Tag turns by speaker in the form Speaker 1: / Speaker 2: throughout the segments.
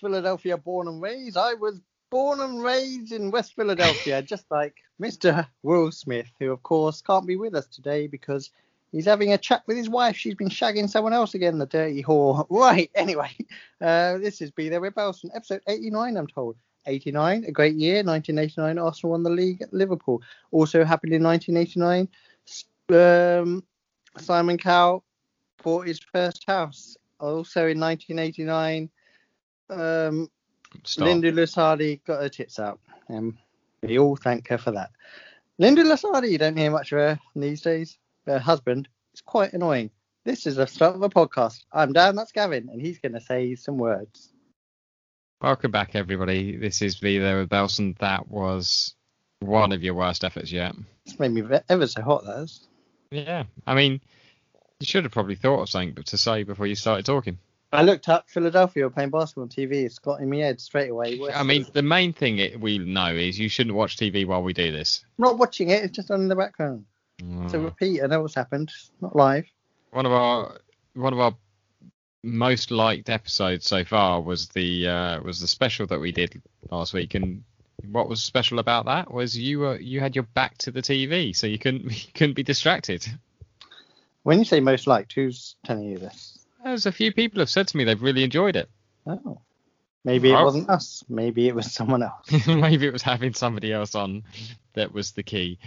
Speaker 1: Philadelphia born and raised. I was born and raised in West Philadelphia, just like Mr. Will Smith, who, of course, can't be with us today because he's having a chat with his wife. She's been shagging someone else again, the dirty whore. Right, anyway, uh, this is Be There with Belson, episode 89, I'm told. 89, a great year. 1989, Arsenal won the league at Liverpool. Also happened in 1989, um, Simon Cowell bought his first house. Also in 1989, um,
Speaker 2: Stop.
Speaker 1: Linda Lusardi got her tits out. Um, we all thank her for that. Linda Lusardi, you don't hear much of her these days. Her husband is quite annoying. This is the start of a podcast. I'm Dan, that's Gavin, and he's going to say some words.
Speaker 2: Welcome back, everybody. This is Be There with Belson. That was one of your worst efforts yet.
Speaker 1: It's made me ve- ever so hot, that is.
Speaker 2: Yeah. I mean, you should have probably thought of something to say before you started talking.
Speaker 1: I looked up Philadelphia were playing basketball on TV. It's got in my head straight away.
Speaker 2: I mean, the main thing it, we know is you shouldn't watch TV while we do this.
Speaker 1: I'm not watching it, it's just on in the background. It's a
Speaker 2: Mm.
Speaker 1: repeat. I know what's happened. It's not live.
Speaker 2: one of our one of our most liked episodes so far was the uh, was the special that we did last week and what was special about that was you were you had your back to the TV so you couldn't you couldn't be distracted.
Speaker 1: When you say most liked, who's telling you this?
Speaker 2: As a few people have said to me they've really enjoyed it.
Speaker 1: Oh. Maybe it
Speaker 2: Oh.
Speaker 1: wasn't us. Maybe it was someone else.
Speaker 2: Maybe it was having somebody else on that was the key.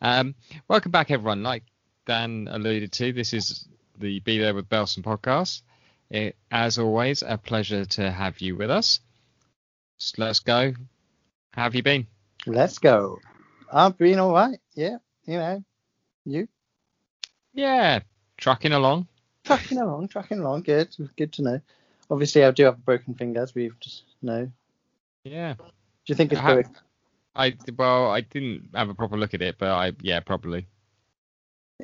Speaker 2: Um, welcome back, everyone. Like Dan alluded to, this is the Be There with Belson podcast. It, as always, a pleasure to have you with us. So let's go. How have you been?
Speaker 1: Let's go. I've been all right. Yeah, you know, you
Speaker 2: Yeah, trucking along.
Speaker 1: trucking along, trucking along. Good, good to know. Obviously, I do have a broken finger, as we've just know. Do
Speaker 2: Yeah.
Speaker 1: you think it's
Speaker 2: How-
Speaker 1: broken?
Speaker 2: I well, I didn't have a proper look at it, but I yeah, probably.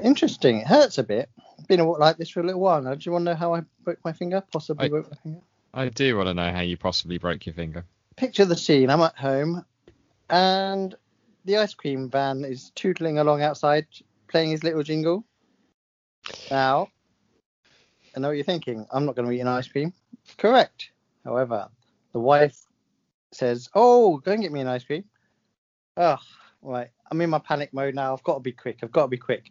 Speaker 1: Interesting. It hurts a bit. Been a, like this for a little while now. Do you want to know how I broke my finger? Possibly
Speaker 2: I-
Speaker 1: broke my finger.
Speaker 2: I do want to know how you possibly broke your finger.
Speaker 1: Picture the scene. I'm at home, and the ice cream van is tootling along outside, playing his little jingle. Now, I know what you're thinking. I'm not going to eat an ice cream. Correct. However, the wife says, "Oh, go and get me an ice cream." Ugh. Right. I'm in my panic mode now. I've got to be quick. I've got to be quick.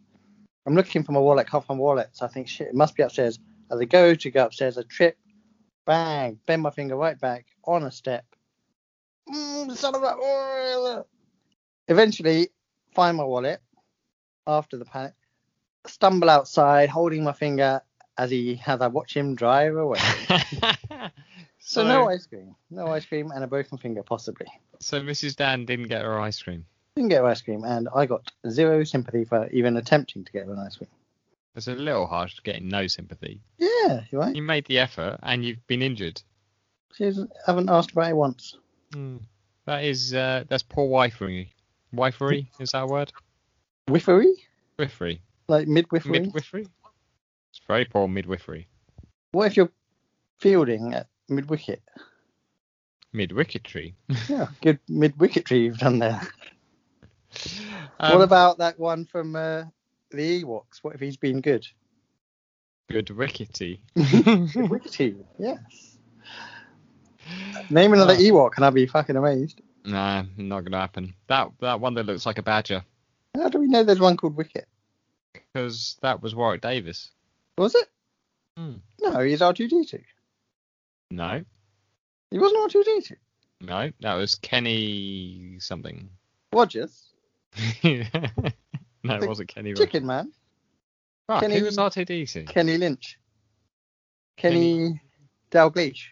Speaker 1: I'm looking for my wallet. Can't find my wallet. So I think shit, it must be upstairs. As I go to go upstairs, I trip. Bang! Bend my finger right back on a step. Mm, son of a- oh. Eventually, find my wallet. After the panic, stumble outside, holding my finger as he as I watch him drive away. So, no ice cream. No ice cream and a broken finger, possibly.
Speaker 2: so Mrs. Dan didn't get her ice cream.
Speaker 1: Didn't get her ice cream, and I got zero sympathy for even attempting to get her an ice cream.
Speaker 2: It's a little harsh getting no sympathy.
Speaker 1: Yeah, you're right.
Speaker 2: You made the effort and you've been injured.
Speaker 1: She hasn't- haven't asked about it once. Hmm.
Speaker 2: That is uh, that's poor wifery. Wifery is that a word?
Speaker 1: Whiffery?
Speaker 2: Wifery.
Speaker 1: Like midwifery?
Speaker 2: Midwifery. It's very poor midwifery.
Speaker 1: what if you're fielding at mid wicket?
Speaker 2: Midwicketry.
Speaker 1: Yeah, good mid wicketry you've done there.
Speaker 2: Um,
Speaker 1: what about that one from uh, the Ewoks? What if he's been good?
Speaker 2: good rickety?
Speaker 1: Good wickety, yes. Name another
Speaker 2: Uh,
Speaker 1: Ewok and I'll be fucking amazed.
Speaker 2: Nah, not gonna happen. That that one that looks like a badger,
Speaker 1: How do we know there's one called Wicket?
Speaker 2: because that was Warwick Davis.
Speaker 1: Was it?
Speaker 2: Hmm.
Speaker 1: No, he's R2D2.
Speaker 2: No,
Speaker 1: He wasn't R2D2.
Speaker 2: no, that was Kenny something.
Speaker 1: Rogers,
Speaker 2: no, it wasn't Kenny. Rogers.
Speaker 1: Chicken Man,
Speaker 2: Fuck,
Speaker 1: Kenny-
Speaker 2: who was R2D2?
Speaker 1: Kenny Lynch, Kenny Dalglish.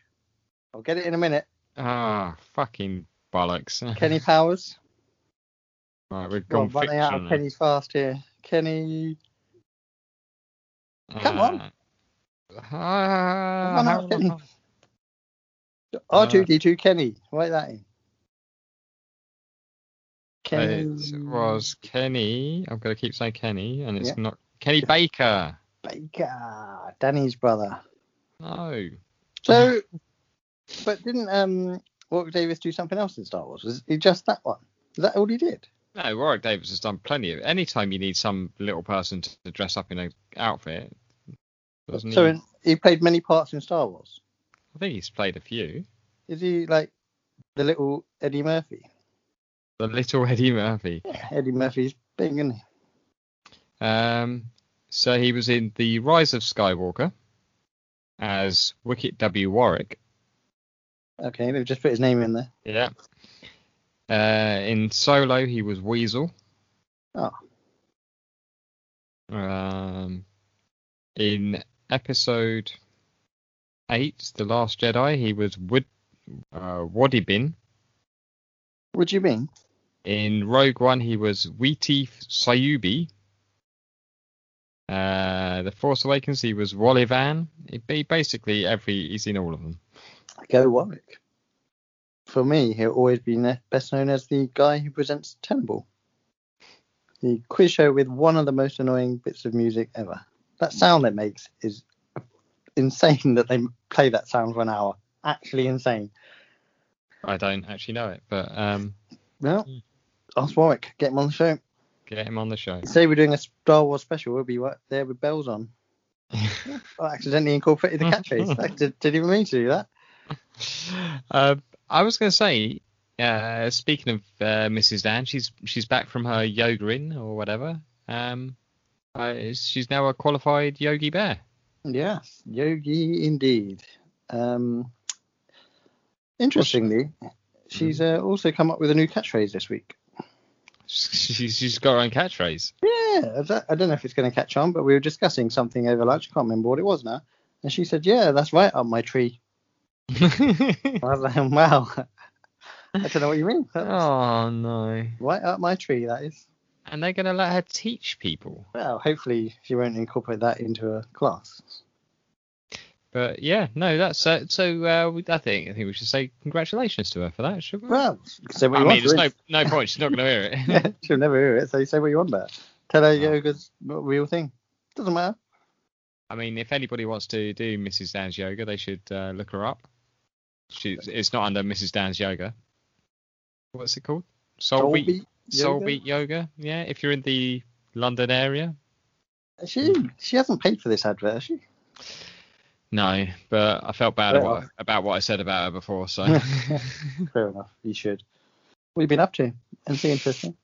Speaker 1: I'll get it in a minute.
Speaker 2: Ah, fucking bollocks.
Speaker 1: Kenny Powers.
Speaker 2: Right, we've
Speaker 1: Well,
Speaker 2: gone
Speaker 1: I'm running out of
Speaker 2: fictional.
Speaker 1: Kenny's fast here. Kenny. Come on.
Speaker 2: Uh, Ah,
Speaker 1: Run out
Speaker 2: how
Speaker 1: of
Speaker 2: am I-
Speaker 1: Kenny. R2D2 Kenny. Write that in. Kenny.
Speaker 2: It was Kenny. I'm going to keep saying Kenny, and it's
Speaker 1: Yeah.
Speaker 2: not Kenny Baker.
Speaker 1: Baker. Danny's brother.
Speaker 2: No.
Speaker 1: So, but didn't um Warwick Davis do something else in Star Wars? Was he just that one? Is that all he did?
Speaker 2: No, Warwick Davis has done plenty of. Anytime you need some little person to to dress up in an outfit, doesn't
Speaker 1: so
Speaker 2: he?
Speaker 1: in, he played many parts in Star Wars.
Speaker 2: I think he's played a few.
Speaker 1: Is he like the little Eddie Murphy?
Speaker 2: The little Eddie Murphy.
Speaker 1: Eddie Murphy's big, isn't he?
Speaker 2: Um, so he was in The Rise of Skywalker as Wicket W. Warwick.
Speaker 1: Okay, they've just put his name in there.
Speaker 2: Yeah. Uh, in Solo, he was Weasel.
Speaker 1: Oh.
Speaker 2: Um, in Episode 8, The Last Jedi, he was Wood, uh, Waddy Bin.
Speaker 1: What do you mean?
Speaker 2: In Rogue One, he was Wheaty Sayubi. Uh, the Force Awakens, he was Wallivan. It be basically every he's in all of them.
Speaker 1: Go Warwick. For me, he'll always be ne- best known as the guy who presents Tenable, the quiz show with one of the most annoying bits of music ever. That sound it makes is insane that they play that sound for an hour. Actually insane.
Speaker 2: I don't actually know it, but um,
Speaker 1: Well, ask Warwick, get him on the show.
Speaker 2: get him on the show.
Speaker 1: Say we're doing a Star Wars special, we'll be right there with bells on. I accidentally incorporated the catchphrase. I did, didn't even mean to do that.
Speaker 2: Uh, I was going to say, uh, speaking of uh, Mrs. Dan, she's she's back from her yoga in or whatever. Um, uh, she's now a qualified yogi bear.
Speaker 1: Yes, yogi indeed. Um, interestingly, she's uh, also come up with a new catchphrase this week.
Speaker 2: She's, she's got her own catchphrase.
Speaker 1: Yeah, I don't- I don't know if it's going to catch on, but we were discussing something over lunch. I can't remember what it was now. And she said, "Yeah, that's right up my tree." I was like, "Wow, I don't know what you mean. That's
Speaker 2: oh no!
Speaker 1: right up my tree, that is."
Speaker 2: And they're going to let her teach people.
Speaker 1: Well, hopefully she won't incorporate that into her class.
Speaker 2: But yeah, no, that's uh, so. Uh, we- I think I think we should say congratulations to her for that, shouldn't we?
Speaker 1: Well, say what
Speaker 2: I
Speaker 1: you
Speaker 2: mean, there's
Speaker 1: want.
Speaker 2: no no point. She's not going to hear it.
Speaker 1: really. She'll never hear it, so you say what you want about. it. Tell her
Speaker 2: Oh.
Speaker 1: yoga's not a real thing. Doesn't matter.
Speaker 2: I mean, if anybody wants to do Mrs. Dan's yoga, they should uh, look her up. She's, it's not under Mrs. Dan's yoga. What's it called? Soul,
Speaker 1: Soul
Speaker 2: Beat,
Speaker 1: Beat
Speaker 2: Soul
Speaker 1: Yoga?
Speaker 2: Beat Yoga. Yeah, if you're in the London area.
Speaker 1: She she hasn't paid for this advert, has she?
Speaker 2: No, but I felt bad
Speaker 1: Fair
Speaker 2: about, about what I said about her before. So,
Speaker 1: Fair enough. You should. What have you been up to? Anything interesting?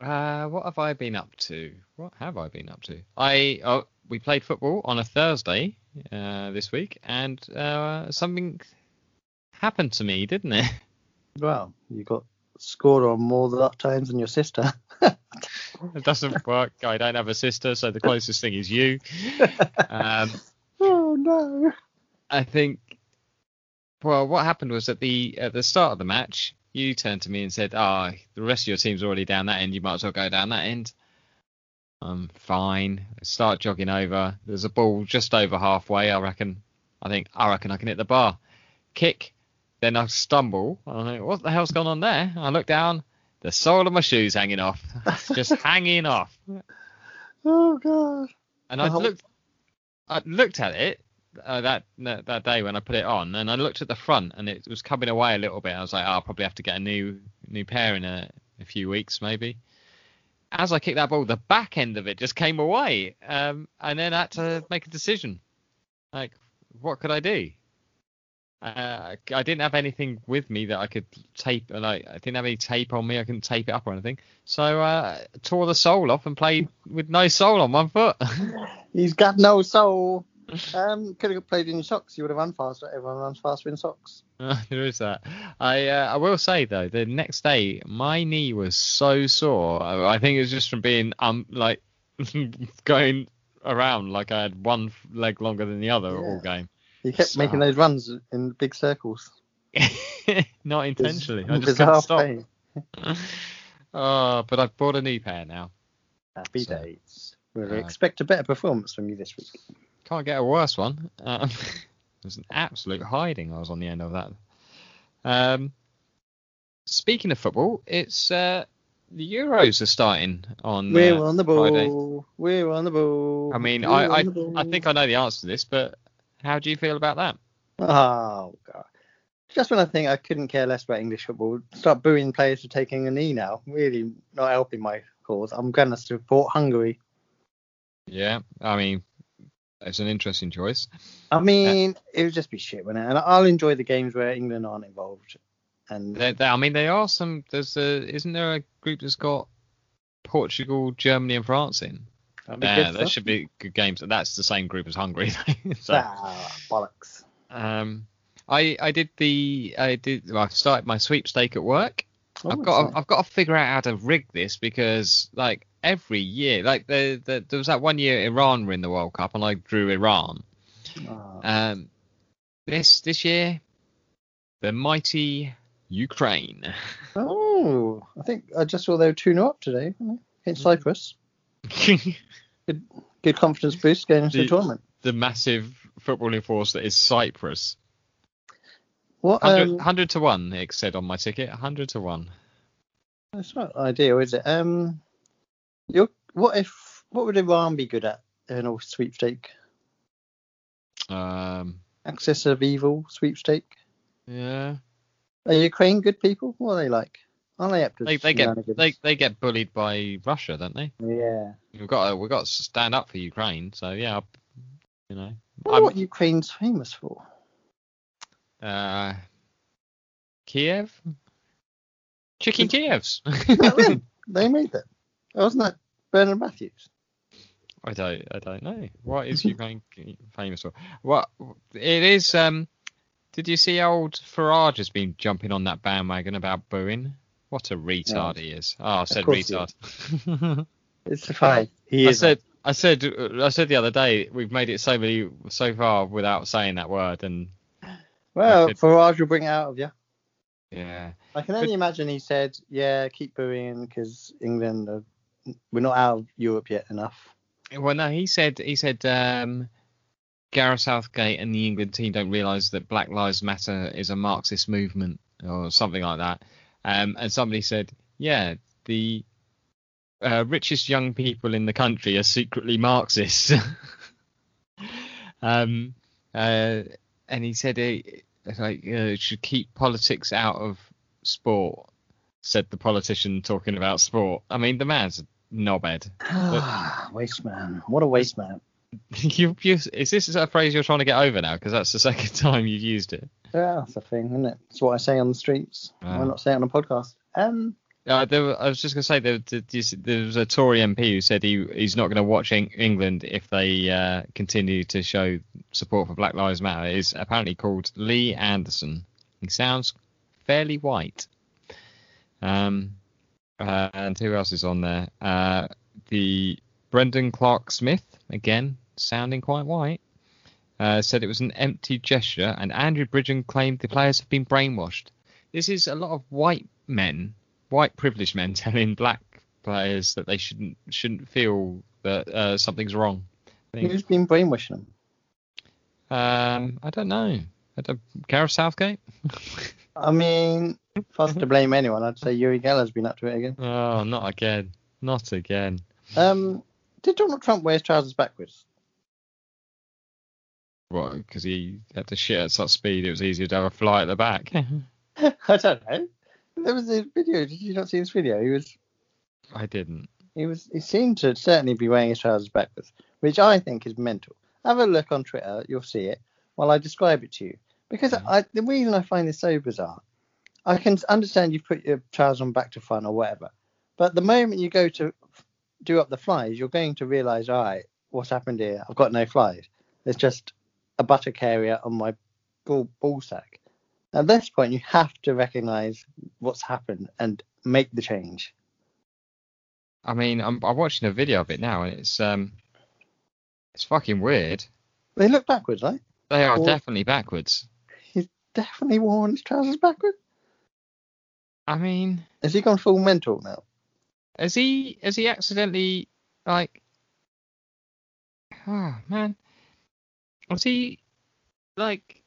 Speaker 2: uh, what have I been up to? What have I been up to? I oh, we played football on a Thursday uh, this week, and uh, something happened to me, didn't it?
Speaker 1: Well, you got scored on more than- times than your sister.
Speaker 2: It doesn't work. I don't have a sister, so the closest thing is you. Um,
Speaker 1: Oh no.
Speaker 2: I think. Well, what happened was at the at the start of the match, you turned to me and said, "Ah, the rest of your team's already down that end. You might as well go down that end." I'm fine. I start jogging over. There's a ball just over halfway. I reckon. I think I reckon I can hit the bar. Kick. Then I stumble. I think, what the hell's gone on there? I look down. The sole of my shoes hanging off. just hanging off.
Speaker 1: Oh god.
Speaker 2: And I
Speaker 1: Oh.
Speaker 2: looked, I looked at it uh, that that that day when I put it on, and I looked at the front, and it was coming away a little bit. I was like, oh, I'll probably have to get a new new pair in a, a few weeks, maybe. As I kicked that ball, the back end of it just came away, um, and then I had to make a decision, like what could I do? Uh, I didn't have anything with me that I could tape, and I, I didn't have any tape on me. I couldn't tape it up or anything. So uh, I tore the sole off and played with no sole on one foot.
Speaker 1: He's got no soul. Um, could have played in your socks. You would have run faster. Everyone runs faster in socks.
Speaker 2: Uh, there is that. I uh, I will say though, the next day my knee was so sore. I I think it was just from being um like going around like I had one f- leg longer than the other all game.
Speaker 1: He kept
Speaker 2: So-
Speaker 1: making those runs in big circles.
Speaker 2: Not
Speaker 1: It was
Speaker 2: intentionally. I just
Speaker 1: bizarre
Speaker 2: couldn't stop.
Speaker 1: pain.
Speaker 2: Oh, but I've bought a new pair now.
Speaker 1: Happy
Speaker 2: So-
Speaker 1: days. We
Speaker 2: Uh,
Speaker 1: expect a better performance from you this week.
Speaker 2: Can't get a worse one. Um, it was an absolute hiding. I was on the end of that. Um, speaking of football, it's uh, the Euros are starting on.
Speaker 1: We're
Speaker 2: uh,
Speaker 1: on the ball.
Speaker 2: Friday.
Speaker 1: We're on the ball.
Speaker 2: I mean,
Speaker 1: We're
Speaker 2: I,
Speaker 1: on
Speaker 2: I,
Speaker 1: the ball.
Speaker 2: I think I know the answer to this, but how do you feel about that?
Speaker 1: Oh god. Just when I think I couldn't care less about English football, start booing players for taking a knee now. Really not helping my cause. I'm gonna support Hungary.
Speaker 2: Yeah, I mean, It's an interesting choice.
Speaker 1: I mean, it would just be shit, wouldn't it? And I'll enjoy the games where England aren't involved. And
Speaker 2: There there- I mean, there are some. There's a. Isn't there a group that's got Portugal, Germany, and France in?
Speaker 1: that'd be good
Speaker 2: Yeah, that
Speaker 1: stuff.
Speaker 2: should be good games. That's the same group as Hungary. so,
Speaker 1: Ah, bollocks.
Speaker 2: um, I I did the I did well, I've started my sweepstake at work.
Speaker 1: Oh,
Speaker 2: I've got
Speaker 1: so-
Speaker 2: to, I've got to figure out how to rig this because like every year, like the, the there was that one year Iran were in the World Cup and I drew Iran.
Speaker 1: ah.
Speaker 2: Um, this this year, the mighty Ukraine.
Speaker 1: Oh, I think I just saw they were 2 0 up today weren't they?
Speaker 2: Mm-hmm.
Speaker 1: against Cyprus.
Speaker 2: the
Speaker 1: Good confidence boost going into the,
Speaker 2: The-
Speaker 1: tournament.
Speaker 2: massive footballing force that is Cyprus.
Speaker 1: What?
Speaker 2: 100,
Speaker 1: Um,
Speaker 2: 100 to one, it said on my ticket. 100 to one.
Speaker 1: that's not ideal, is it? Um, you what if? What would Iran be good at in a sweepstake?
Speaker 2: Um,
Speaker 1: Access of evil sweepstake.
Speaker 2: yeah.
Speaker 1: Are Ukraine good people? What are they like? Aren't they up to
Speaker 2: They, they get
Speaker 1: shenanigans?
Speaker 2: they, they get bullied by Russia, don't they?
Speaker 1: Yeah.
Speaker 2: We've got to, we've got to stand up for Ukraine. So yeah, I- you know.
Speaker 1: I wonder what Ukraine's famous for.
Speaker 2: Uh, Kiev? Chicken Kievs.
Speaker 1: Isn't that them? they made that. Wasn't that Bernard Matthews?
Speaker 2: I don't I don't know. What is Ukraine famous for? What it is um did you see old Farage has been jumping on that bandwagon about booing? What a retard he is. Oh, I said
Speaker 1: course he
Speaker 2: retard.
Speaker 1: It's the five. He
Speaker 2: I
Speaker 1: is.
Speaker 2: said I said I said the other day we've made it so many so far without saying that word and
Speaker 1: well,
Speaker 2: I said-
Speaker 1: Farage will bring it out of you.
Speaker 2: yeah.
Speaker 1: I can only imagine he said, "Yeah, keep booing because England, are, we're not out of Europe yet enough."
Speaker 2: Well, no, he said he said um, Gareth Southgate and the England team don't realise that Black Lives Matter is a Marxist movement or something like that. Um, and somebody said, yeah, the uh, richest young people in the country are secretly Marxists. um, uh, and he said it, it's like uh, it should keep politics out of sport. Said the politician talking about sport. I mean, the man's a knobhead.
Speaker 1: waste man, what a waste man!
Speaker 2: you, you, is this a phrase you're trying to get over now? Because that's the second time you've used it.
Speaker 1: Yeah, that's the thing, isn't it? It's what I say on the streets.
Speaker 2: Yeah.
Speaker 1: Why not say it on a podcast? Um,
Speaker 2: Uh, there, were- I was just going to say there, there- this- there was a Tory MP who said he he's not going to watch Eng- England if they uh, continue to show support for Black Lives Matter. Is apparently called Lee Anderson. He sounds fairly white. Um, uh, and who else is on there? Uh, the Brendan Clark Smith again, sounding quite white. Uh, said it was an empty gesture, and Andrew Bridgen claimed the players have been brainwashed. This is a lot of white men white privileged men telling black players that they shouldn't shouldn't feel that uh, something's wrong. I think-
Speaker 1: who's been brainwashing them?
Speaker 2: Um, I don't know. I don't, Gareth Southgate?
Speaker 1: I mean, if I was to blame anyone, I'd say Yuri Geller's been up to it again.
Speaker 2: Oh, not again. Not again.
Speaker 1: Um, did Donald Trump wear his trousers backwards?
Speaker 2: What? Because he had to shit at such speed, it was easier to have a fly at the back.
Speaker 1: I don't know. There was a video. Did you not see this video? He was
Speaker 2: I didn't.
Speaker 1: He was he seemed to certainly be wearing his trousers backwards, which I think is mental. Have a look on Twitter, you'll see it while I describe it to you. Because
Speaker 2: Mhm.
Speaker 1: I, the reason I find this so bizarre, I can understand you put your trousers on back to front or whatever, but the moment you go to f- do up the flies, you're going to realise, all right, what's happened here? I've got no flies. There's just a butter carrier on my ball, ball sack. At this point, you have to recognise what's happened and make the change.
Speaker 2: I mean, I'm, I'm watching a video of it now, and it's um, it's fucking weird.
Speaker 1: They look backwards, right?
Speaker 2: They are
Speaker 1: Well-
Speaker 2: definitely backwards.
Speaker 1: definitely worn his trousers backwards.
Speaker 2: I mean,
Speaker 1: Has he gone full mental now?
Speaker 2: Has he has he accidentally like Ah man. Was he like I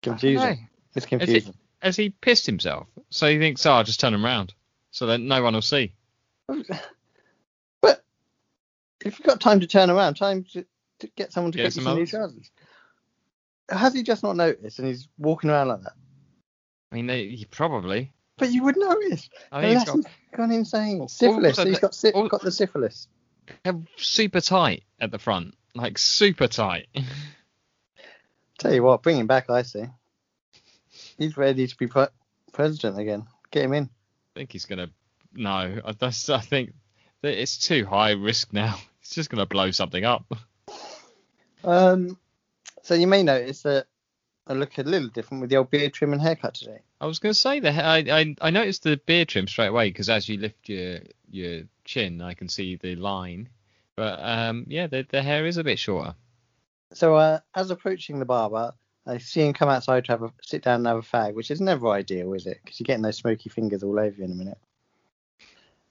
Speaker 2: don't
Speaker 1: Confusing.
Speaker 2: know.
Speaker 1: It's
Speaker 2: it-
Speaker 1: confusing.
Speaker 2: Has he pissed himself? So he thinks, oh, I'll just turn him round so that no one will see.
Speaker 1: But if you've got time to turn around, time to, to get someone to
Speaker 2: Get
Speaker 1: get you
Speaker 2: some
Speaker 1: some new
Speaker 2: others.
Speaker 1: trousers. Has he just not noticed and he's walking around like that?
Speaker 2: I mean they, he probably.
Speaker 1: But you would notice.
Speaker 2: I mean
Speaker 1: unless
Speaker 2: he's got
Speaker 1: he's gone insane.
Speaker 2: Al-
Speaker 1: Syphilis.
Speaker 2: also
Speaker 1: he's
Speaker 2: the-
Speaker 1: got, sy-
Speaker 2: al-
Speaker 1: got the syphilis.
Speaker 2: they're super tight at the front, like super tight.
Speaker 1: Tell you what, bring him back, I see. He's ready to be pre- president again. Get him in.
Speaker 2: I think he's gonna. No, I- that's. I think that it's too high risk now. It's just gonna blow something up.
Speaker 1: Um, so you may notice that I look a little different with the old beard trim and haircut today.
Speaker 2: I was gonna say that I, I I noticed the beard trim straight away because as you lift your your chin, I can see the line. But um, yeah, the the hair is a bit shorter.
Speaker 1: So uh, as approaching the barber, I see him come outside to have a sit down and have a fag, which is never ideal, is it? Because you're getting those smoky fingers all over you in a minute.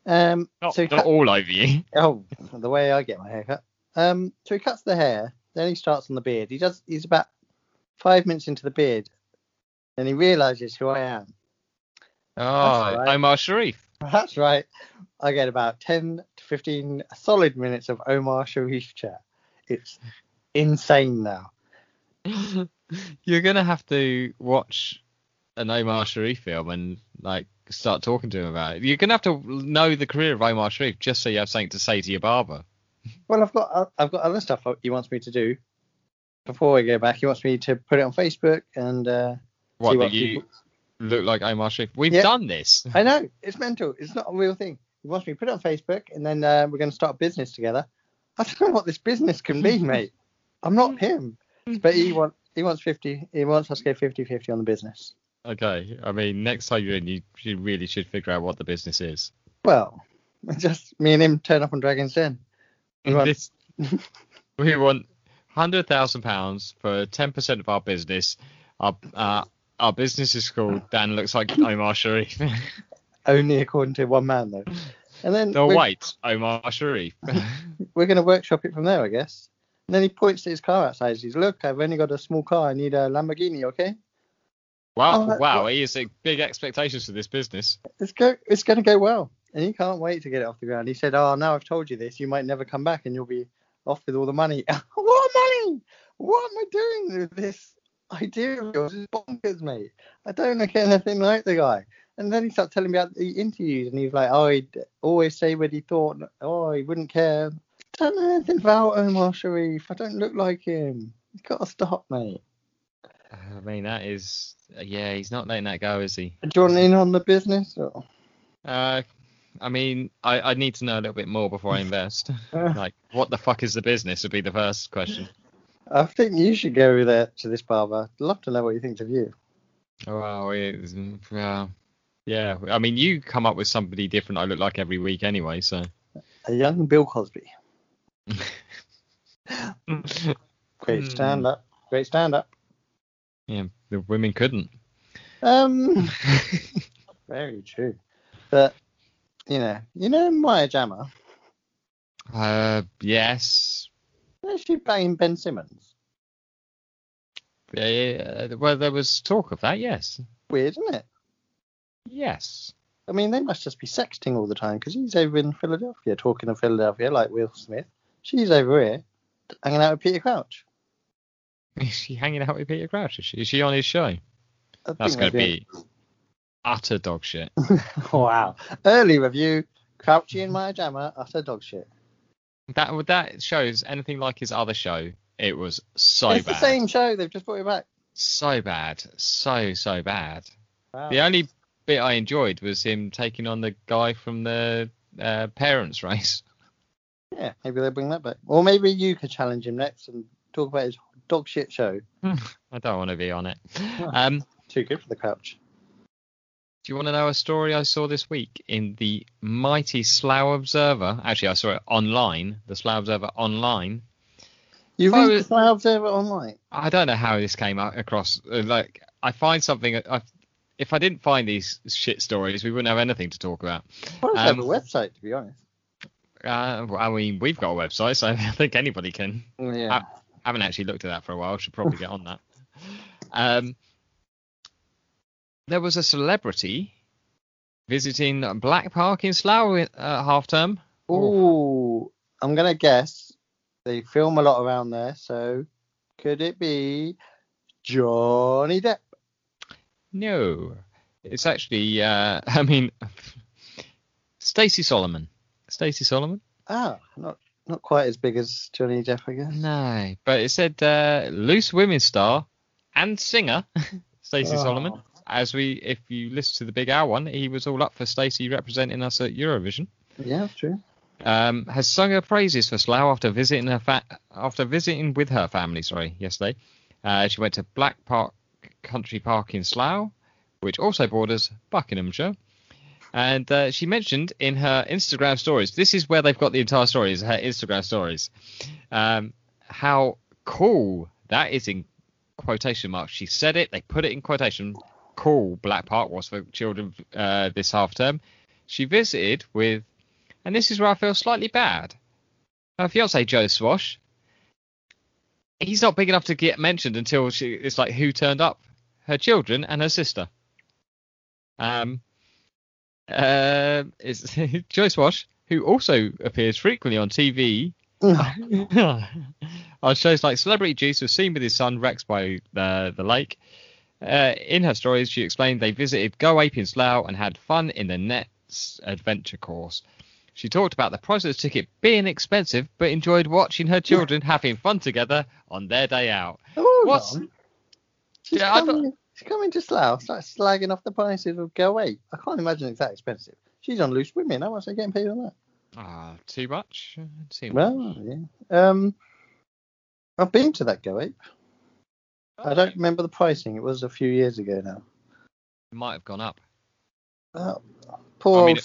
Speaker 1: Um,
Speaker 2: Not,
Speaker 1: so he
Speaker 2: not
Speaker 1: cut-
Speaker 2: all over you.
Speaker 1: oh, the way I get my haircut. Um, so he cuts the hair, then he starts on the beard. He does. He's about five minutes into the beard, and he realizes who I am.
Speaker 2: Oh,
Speaker 1: all right.
Speaker 2: Omar Sharif.
Speaker 1: That's right. I get about 10 to 15 solid minutes of Omar Sharif chat. It's insane now.
Speaker 2: You're gonna have to watch an Omar Sharif film and like start talking to him about it. You're gonna have to know the career of Omar Sharif just so you have something to say to your barber.
Speaker 1: Well, I've got I've got other stuff he wants me to do. Before I go back, he wants me to put it on Facebook and uh,
Speaker 2: What,
Speaker 1: see
Speaker 2: that
Speaker 1: what
Speaker 2: you
Speaker 1: people-
Speaker 2: look like Omar Sharif? We've
Speaker 1: Yeah.
Speaker 2: done this.
Speaker 1: I know it's mental. It's not a real thing. He wants me to put it on Facebook and then uh, we're going to start a business together. I don't know what this business can be, mate. I'm not him, but he want he wants 50. He wants us to go 50-50 on the business.
Speaker 2: Okay, I mean next time you're in, you, you really should figure out what the business is.
Speaker 1: Well, just me and him turn up on Dragon's Den. We want-
Speaker 2: This- we want hundred thousand pounds for ten percent of our business. Our uh, our business is called Dan looks like Omar Sharif.
Speaker 1: only according to one man though. And then
Speaker 2: No,
Speaker 1: we're,
Speaker 2: wait, Omar Sharif.
Speaker 1: we're going to workshop it from there, I guess. And then he points to his car outside. He says, "Look, I've only got a small car. I need a Lamborghini, okay?
Speaker 2: wow,
Speaker 1: Oh, that-
Speaker 2: wow, he is uh, big expectations for this business.
Speaker 1: It's go, it's going to go well." And he can't wait to get it off the ground. He said, "Oh, now I've told you this, you might never come back, and you'll be off with all the money." what money? What am I doing with this idea of yours? It's bonkers, mate. I don't look anything like the guy. And then he starts telling me about the interviews, and he's like, "Oh, he'd always say what he thought. and, Oh, he wouldn't care." I don't know anything about Omar Sharif. I don't look like him. You gotta stop, mate.
Speaker 2: I mean, that is, yeah, he's not letting that go, is he?
Speaker 1: Do you want in on the business? Or?
Speaker 2: Uh, I mean, I, I need to know a little bit more before I invest. like, what the fuck is the business would be the first question.
Speaker 1: I think you should go there to this barber. I'd love to know what he thinks of you.
Speaker 2: Oh, wow, it's, yeah. Yeah, I mean, you come up with somebody different I look like every week anyway, so.
Speaker 1: A young Bill Cosby. Great
Speaker 2: Hmm.
Speaker 1: stand up. Great stand up.
Speaker 2: yeah, the women couldn't.
Speaker 1: Um, very true. But you know, you know Maya Jama.
Speaker 2: uh, yes.
Speaker 1: Is she banging Ben Simmons?
Speaker 2: Uh, well, there was talk of that, yes.
Speaker 1: Weird, isn't it?
Speaker 2: Yes.
Speaker 1: I mean, they must just be sexting all the time because he's over in Philadelphia talking of Philadelphia like Will Smith. She's over here hanging out with Peter Crouch.
Speaker 2: Is she hanging out with Peter Crouch? Is she, is she on his show?
Speaker 1: I
Speaker 2: That's going
Speaker 1: think
Speaker 2: to
Speaker 1: they're
Speaker 2: be utter dog shit.
Speaker 1: doing- wow. Early review. Crouchy and Maya Jama utter dog shit.
Speaker 2: That that shows anything like his other show. It was so
Speaker 1: it's
Speaker 2: bad.
Speaker 1: the same show. They've just brought it back.
Speaker 2: So bad. So so bad.
Speaker 1: Wow.
Speaker 2: The only bit I enjoyed was him taking on the guy from the uh, parents race.
Speaker 1: Yeah, maybe they'll bring that back. Or maybe you could challenge him next and talk about his dog shit show.
Speaker 2: I don't want to be on it. Um,
Speaker 1: Too good for the couch.
Speaker 2: do you want to know a story I saw this week in the mighty Slough Observer? Actually, I saw it online. The Slough Observer online.
Speaker 1: You
Speaker 2: I
Speaker 1: read
Speaker 2: was-
Speaker 1: the Slough Observer online?
Speaker 2: I don't know how this came out across. uh, Like, I find something. I, if I didn't find these shit stories, we wouldn't have anything to talk about.
Speaker 1: What does have a
Speaker 2: Um,
Speaker 1: website, to be honest?
Speaker 2: Uh, well, I mean, we've got a website, so I think anybody can.
Speaker 1: Yeah.
Speaker 2: I haven't actually looked at that for a while. Should probably get on that. Um, there was a celebrity visiting Black Park in Slough uh, half term.
Speaker 1: Ooh, I'm gonna guess they film a lot around there, so could it be Johnny Depp?
Speaker 2: No, it's actually. Uh, I mean, Stacey Solomon. Stacey Solomon.
Speaker 1: Ah, not not quite as big as Johnny Depp, I guess.
Speaker 2: No, but it said uh, loose women star and singer Stacey
Speaker 1: Oh.
Speaker 2: Solomon. As we, if you listen to the Big Hour one, he was all up for Stacey representing us at Eurovision.
Speaker 1: Yeah, true.
Speaker 2: Um, has sung her praises for Slough after visiting her fa- after visiting with her family. Sorry, yesterday, uh, she went to Black Park Country Park in Slough, which also borders Buckinghamshire. And uh, she mentioned in her Instagram stories, this is where they've got the entire story, is her Instagram stories, um, how cool that is in quotation marks. She said it, they put it in quotation, cool Black Park was for children uh, this half term. She visited with and this is where I feel slightly bad. Her fiance Joe Swash, he's not big enough to get mentioned until she, it's like who turned up, her children and her sister. Um, uh, it's Joe Swash, who also appears frequently on TV on shows like Celebrity Juice was seen with his son Rex by the, the lake. Uh, in her stories, she explained they visited Go Ape in Slough and had fun in the Nets adventure course. She talked about the price of the ticket being expensive, but enjoyed watching her children having fun together on their day out.
Speaker 1: Hold
Speaker 2: What's-
Speaker 1: on. Oh, She's,
Speaker 2: Yeah, I
Speaker 1: coming, she's coming to Slough, starts slagging off the prices of Go Away. I can't imagine it's that expensive. She's on Loose Women. How much are they getting paid on that?
Speaker 2: Ah, too much. Too much.
Speaker 1: Well, yeah. Um, I've been to that Go Ape. I
Speaker 2: Oh.
Speaker 1: don't remember the pricing. It was a few years ago now.
Speaker 2: It might have gone up.
Speaker 1: Oh, poor,
Speaker 2: I mean,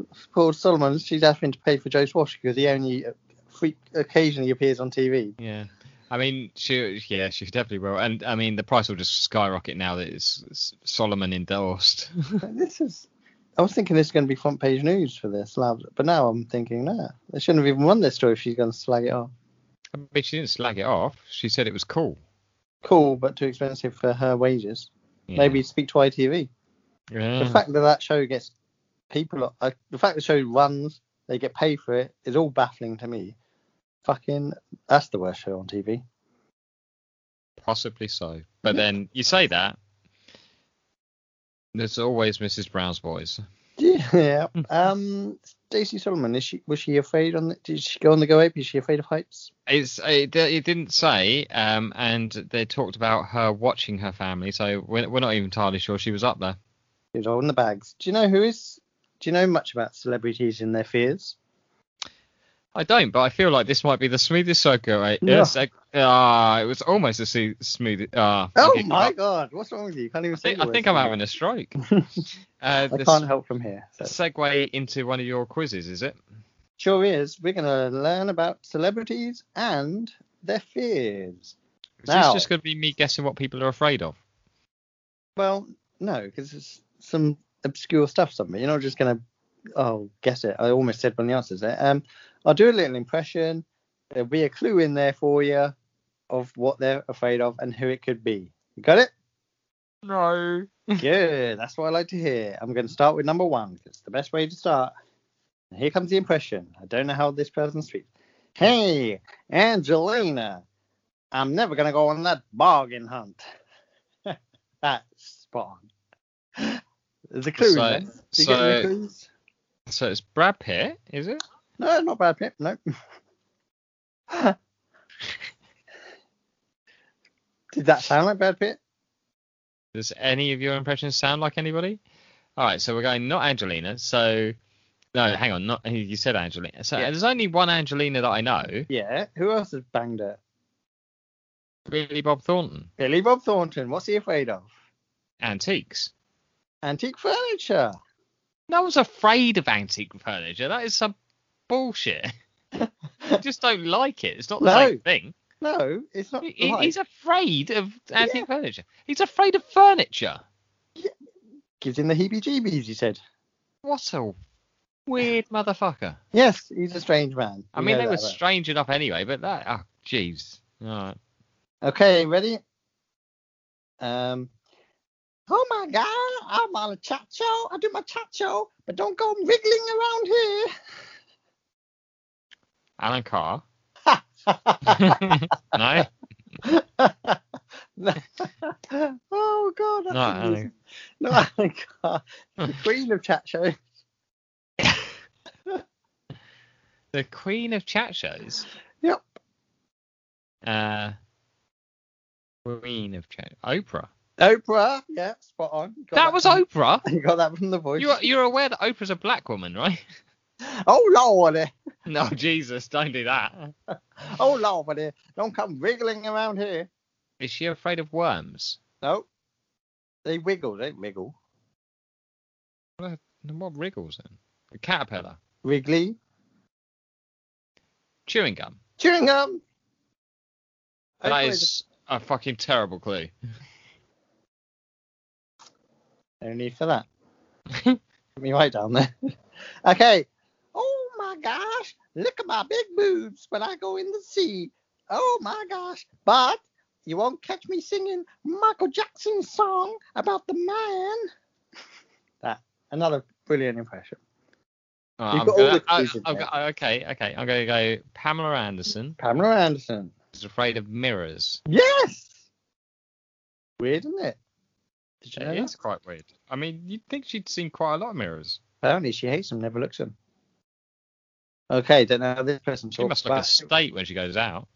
Speaker 1: old- poor old Solomon. She's having to pay for Joe Swash because he only uh, freak, occasionally appears on TV.
Speaker 2: Yeah. I mean, she, yeah, she definitely will. And I mean, the price will just skyrocket now that it's it's Solomon endorsed.
Speaker 1: this is. I was thinking this is going to be front page news for this, lab, but now I'm thinking, nah, they shouldn't have even won this story if she's going to slag it off.
Speaker 2: I mean, she didn't slag it off. She said it was cool.
Speaker 1: Cool, but too expensive for her wages.
Speaker 2: Yeah. Mm.
Speaker 1: Maybe speak to ITV.
Speaker 2: Yeah.
Speaker 1: The fact that that show gets people, uh, the fact the show runs, they get paid for it, is all baffling to me. Fucking, that's the worst show on TV.
Speaker 2: Possibly so. But then you say that. There's always Mrs. Brown's boys.
Speaker 1: Yeah. Um, Stacey Solomon, is she was she afraid on? The, did she go on the go ape? Is she afraid of heights?
Speaker 2: It's it, it didn't say, um, and they talked about her watching her family, so we're, we're not even entirely sure she was up there.
Speaker 1: She's holding the bags. Do you know who is? Do you know much about celebrities and their fears?
Speaker 2: I don't, but I feel like this might be the smoothest circle. Right?
Speaker 1: Yeah.
Speaker 2: Yes, I- ah, it was almost as soo- smooth. Ah,
Speaker 1: Oh
Speaker 2: okay,
Speaker 1: my
Speaker 2: I
Speaker 1: god, what's wrong with you? You Can't even
Speaker 2: think- I think I'm having a stroke. uh,
Speaker 1: I
Speaker 2: the
Speaker 1: can't help from here. so.
Speaker 2: segue into one of your quizzes, is it?
Speaker 1: Sure is. We're gonna learn about celebrities and their fears.
Speaker 2: Is
Speaker 1: Now-
Speaker 2: this just going to be me guessing what people are afraid of?
Speaker 1: Well, no, because it's some obscure stuff. Something you're not just gonna. Oh, guess it. I almost said one of the answers there. Um, I'll do a little impression. There'll be a clue in there for you of what they're afraid of and who it could be. You got it?
Speaker 2: No.
Speaker 1: Good. That's what I like to hear. I'm going to start with number one 'cause it's the best way to start. And here comes the impression. I don't know how this person speaks. Hey, Angelina, I'm never going to go on that bargain hunt. That's spot on. There's a clue. in
Speaker 2: So-
Speaker 1: there. Do you get any
Speaker 2: so-
Speaker 1: clues?
Speaker 2: So it's Brad Pitt, is it?
Speaker 1: No, not bad, Pip. No. Did that sound like Brad Pitt?
Speaker 2: Does any of your impressions sound like anybody? All right, so we're going not Angelina. So no, hang on, not you said Angelina. So
Speaker 1: Yeah.
Speaker 2: there's only one Angelina that I know.
Speaker 1: Yeah. Who else has banged it?
Speaker 2: Really, Bob Thornton,
Speaker 1: Billy Bob Thornton. What's he afraid of?
Speaker 2: antiques.
Speaker 1: Antique furniture.
Speaker 2: No one's afraid of antique furniture. That is some bullshit. You just don't like it. It's not the
Speaker 1: No.
Speaker 2: same thing.
Speaker 1: No, it's not.
Speaker 2: He- he-
Speaker 1: right.
Speaker 2: He's afraid of antique furniture. He's afraid of furniture.
Speaker 1: Gives him the heebie-jeebies. He said.
Speaker 2: What a weird motherfucker.
Speaker 1: Yes, he's a strange man.
Speaker 2: I
Speaker 1: We
Speaker 2: mean,
Speaker 1: know
Speaker 2: they
Speaker 1: that
Speaker 2: were
Speaker 1: about-
Speaker 2: strange enough anyway, but that, oh, jeez. All right.
Speaker 1: Okay, ready? Um. Oh my God! I'm on a chat show. I do my chat show, but don't go wriggling around here.
Speaker 2: Alan Carr.
Speaker 1: No.
Speaker 2: no,
Speaker 1: oh God! That's
Speaker 2: Not Alan.
Speaker 1: amazing. No, Alan Carr, the queen of chat shows.
Speaker 2: the queen of chat shows.
Speaker 1: Yep.
Speaker 2: Uh, queen of chat, Oprah.
Speaker 1: Oprah, yeah, spot on. You got
Speaker 2: that was
Speaker 1: from,
Speaker 2: Oprah.
Speaker 1: You got that from the voice.
Speaker 2: You're you're aware that Oprah's a black woman, right?
Speaker 1: Oh lordy,
Speaker 2: No, Jesus, don't do that.
Speaker 1: oh lordy, don't come wriggling around here.
Speaker 2: Is she afraid of worms?
Speaker 1: No, they wiggle, don't wiggle.
Speaker 2: Then What wriggles then? A caterpillar,
Speaker 1: Wriggly,
Speaker 2: chewing gum.
Speaker 1: chewing gum.
Speaker 2: That
Speaker 1: Oprah
Speaker 2: is a fucking terrible clue.
Speaker 1: No need for that. Put me right down there. okay. Oh my gosh, look at my big boobs when I go in the sea. Oh my gosh. But you won't catch me singing Michael Jackson's song about the man. That another brilliant impression.
Speaker 2: Right,
Speaker 1: You've
Speaker 2: I'm
Speaker 1: got all
Speaker 2: gonna-
Speaker 1: the
Speaker 2: I-
Speaker 1: clues in
Speaker 2: I've
Speaker 1: there.
Speaker 2: got- Okay, okay. I'm going to go Pamela Anderson
Speaker 1: Pamela Anderson.
Speaker 2: is afraid of mirrors.
Speaker 1: Yes. Weird, isn't it? Did you know
Speaker 2: It
Speaker 1: that?
Speaker 2: is quite weird. I mean, you'd think she'd seen quite a lot of mirrors.
Speaker 1: Apparently she hates them, never looks at them. Okay, don't know how this person
Speaker 2: She
Speaker 1: talks
Speaker 2: must look a
Speaker 1: about.
Speaker 2: state when she goes out.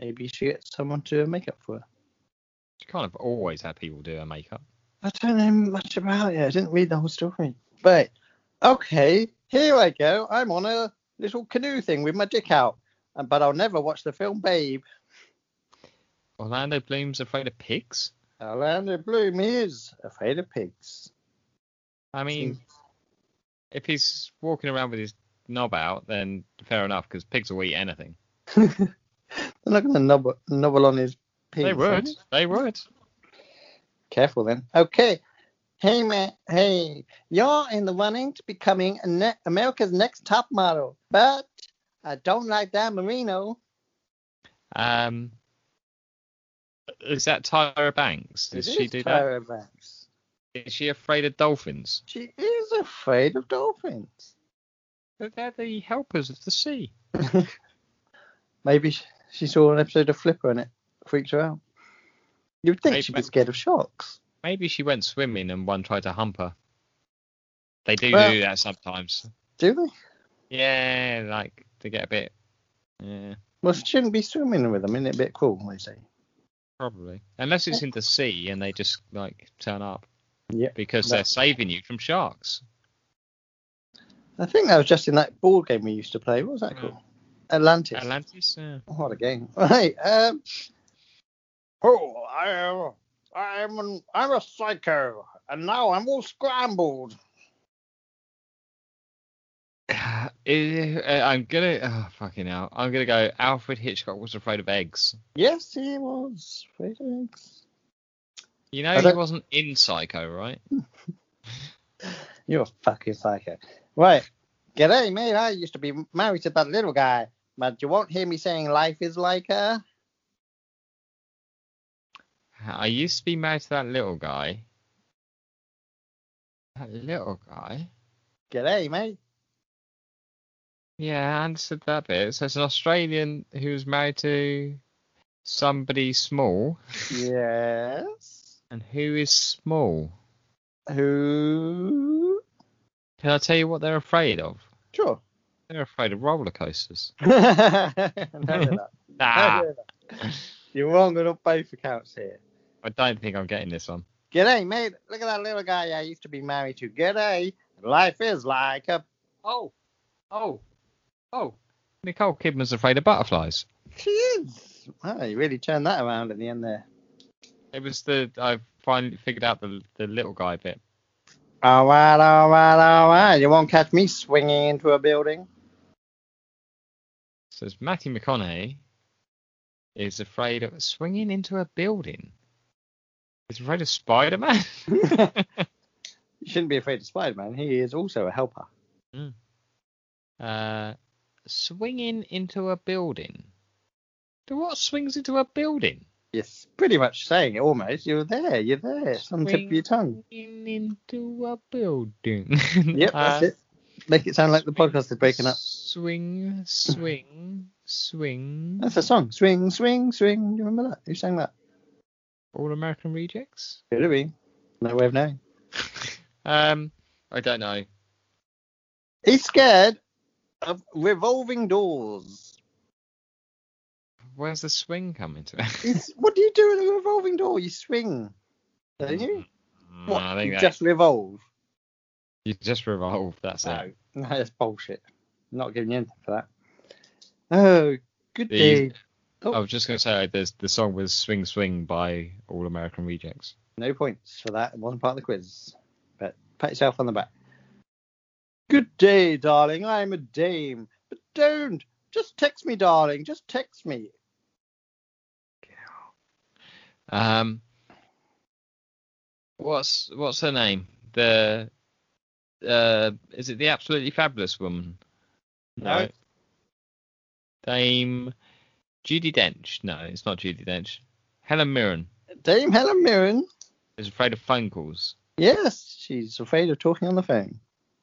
Speaker 1: Maybe she gets someone to do makeup for her.
Speaker 2: She kind of always had people do her makeup.
Speaker 1: I don't know much about it. I didn't read the whole story. But okay, here I go. I'm on a little canoe thing with my dick out. And- But I'll never watch the film Babe.
Speaker 2: Orlando Bloom's afraid of pigs.
Speaker 1: Orlando Bloom is afraid of pigs.
Speaker 2: I mean, if he's walking around with his knob out, then fair enough, because pigs will eat anything.
Speaker 1: They're not going to nobble, nobble on his penis.
Speaker 2: They
Speaker 1: are
Speaker 2: would. They would.
Speaker 1: Careful then. Okay. Hey man, hey, you're in the running to becoming a ne- America's next top model, but I don't like Dan Marino.
Speaker 2: Um, is that Tyra Banks? Did
Speaker 1: It
Speaker 2: she
Speaker 1: is
Speaker 2: do
Speaker 1: Tyra Banks.
Speaker 2: that? Is she afraid of dolphins?
Speaker 1: She is afraid of dolphins.
Speaker 2: But They're the helpers of the sea.
Speaker 1: Maybe sh- she saw an episode of Flipper and it freaked her out. You'd think
Speaker 2: Maybe-
Speaker 1: she'd be scared of sharks.
Speaker 2: Maybe she went swimming and one tried to hump her. They do
Speaker 1: Well-
Speaker 2: do that sometimes.
Speaker 1: Do they?
Speaker 2: Yeah, like they get a bit. Yeah,
Speaker 1: Well, she shouldn't be swimming with them. Isn't it a bit cruel, they say?
Speaker 2: probably. Unless it's in the sea and they just like turn up.
Speaker 1: Yeah.
Speaker 2: Because
Speaker 1: No.
Speaker 2: they're saving you from sharks.
Speaker 1: I think that was just in that board game we used to play. What was that
Speaker 2: Yeah.
Speaker 1: called? Atlantis.
Speaker 2: Mm. Atlantis. Uh,
Speaker 1: What a game. Right. Um, oh, I am, I am an, I'm a psycho, and now I'm all scrambled.
Speaker 2: Uh, I'm gonna. Oh, fucking hell. I'm gonna go. Alfred Hitchcock was afraid of eggs.
Speaker 1: Yes, he was. Afraid of eggs.
Speaker 2: You
Speaker 1: I
Speaker 2: know, he
Speaker 1: don't-
Speaker 2: wasn't in Psycho, right?
Speaker 1: You're a fucking psycho. Right. G'day, mate. I used to be married to that little guy, but you won't hear me saying life is like her.
Speaker 2: I used to be married to that little guy. That little guy?
Speaker 1: G'day, mate.
Speaker 2: Yeah, I answered that bit. So it's an Australian who was married to somebody small.
Speaker 1: Yes.
Speaker 2: And who is small?
Speaker 1: Who?
Speaker 2: Can I tell you what they're afraid of?
Speaker 1: Sure.
Speaker 2: They're afraid of roller coasters.
Speaker 1: no, you're not. No,
Speaker 2: Nah,
Speaker 1: you're not. You're wrong on both accounts here.
Speaker 2: I don't think I'm getting this one.
Speaker 1: G'day, mate. Look at that little guy I used to be married to. G'day. Life is like a.
Speaker 2: Oh, oh, oh. Nicole Kidman's afraid of butterflies.
Speaker 1: She is. Wow, you really turned that around at the end there.
Speaker 2: It was the I finally figured out the the little guy bit.
Speaker 1: All right, all right, all right. You won't catch me swinging into a building.
Speaker 2: So it's Matthew McConaughey is afraid of swinging into a building. He's afraid of Spider Man.
Speaker 1: You shouldn't be afraid of Spider Man. He is also a helper.
Speaker 2: uh, swinging into a building. Do what swings into a building?
Speaker 1: Yes, pretty much saying it almost. You're there. You're there. It's on the tip of your tongue.
Speaker 2: Swinging into a building. Uh,
Speaker 1: Yep, that's it. Make it sound like the podcast is breaking up.
Speaker 2: Swing, swing, swing.
Speaker 1: That's a song. Swing, swing, swing. Do you remember that? Who sang that?
Speaker 2: All American Rejects.
Speaker 1: Could have been. No way of knowing.
Speaker 2: Um, I don't know.
Speaker 1: He's scared of revolving doors.
Speaker 2: Where's the swing come into it?
Speaker 1: It's, what do you do in a revolving door? You swing, don't you?
Speaker 2: Mm,
Speaker 1: What?
Speaker 2: I think
Speaker 1: you
Speaker 2: that-
Speaker 1: just revolve.
Speaker 2: you just revolve. That's
Speaker 1: No,
Speaker 2: it.
Speaker 1: no, that's bullshit. not giving you anything for that. Oh, good
Speaker 2: The-
Speaker 1: day. Oh.
Speaker 2: I was just going to say there's the song was "Swing Swing" by All American Rejects.
Speaker 1: No points for that. It wasn't part of the quiz. But pat yourself on the back. Good day, darling. I'm a dame. But don't. Just text me, darling. Just text me.
Speaker 2: Um, what's what's her name? The uh, is it the absolutely fabulous woman?
Speaker 1: No.
Speaker 2: Dame Judy Dench. No, it's not Judy Dench. Helen Mirren
Speaker 1: Dame Helen Mirren.
Speaker 2: is afraid of phone calls.
Speaker 1: Yes, she's afraid of talking on the phone.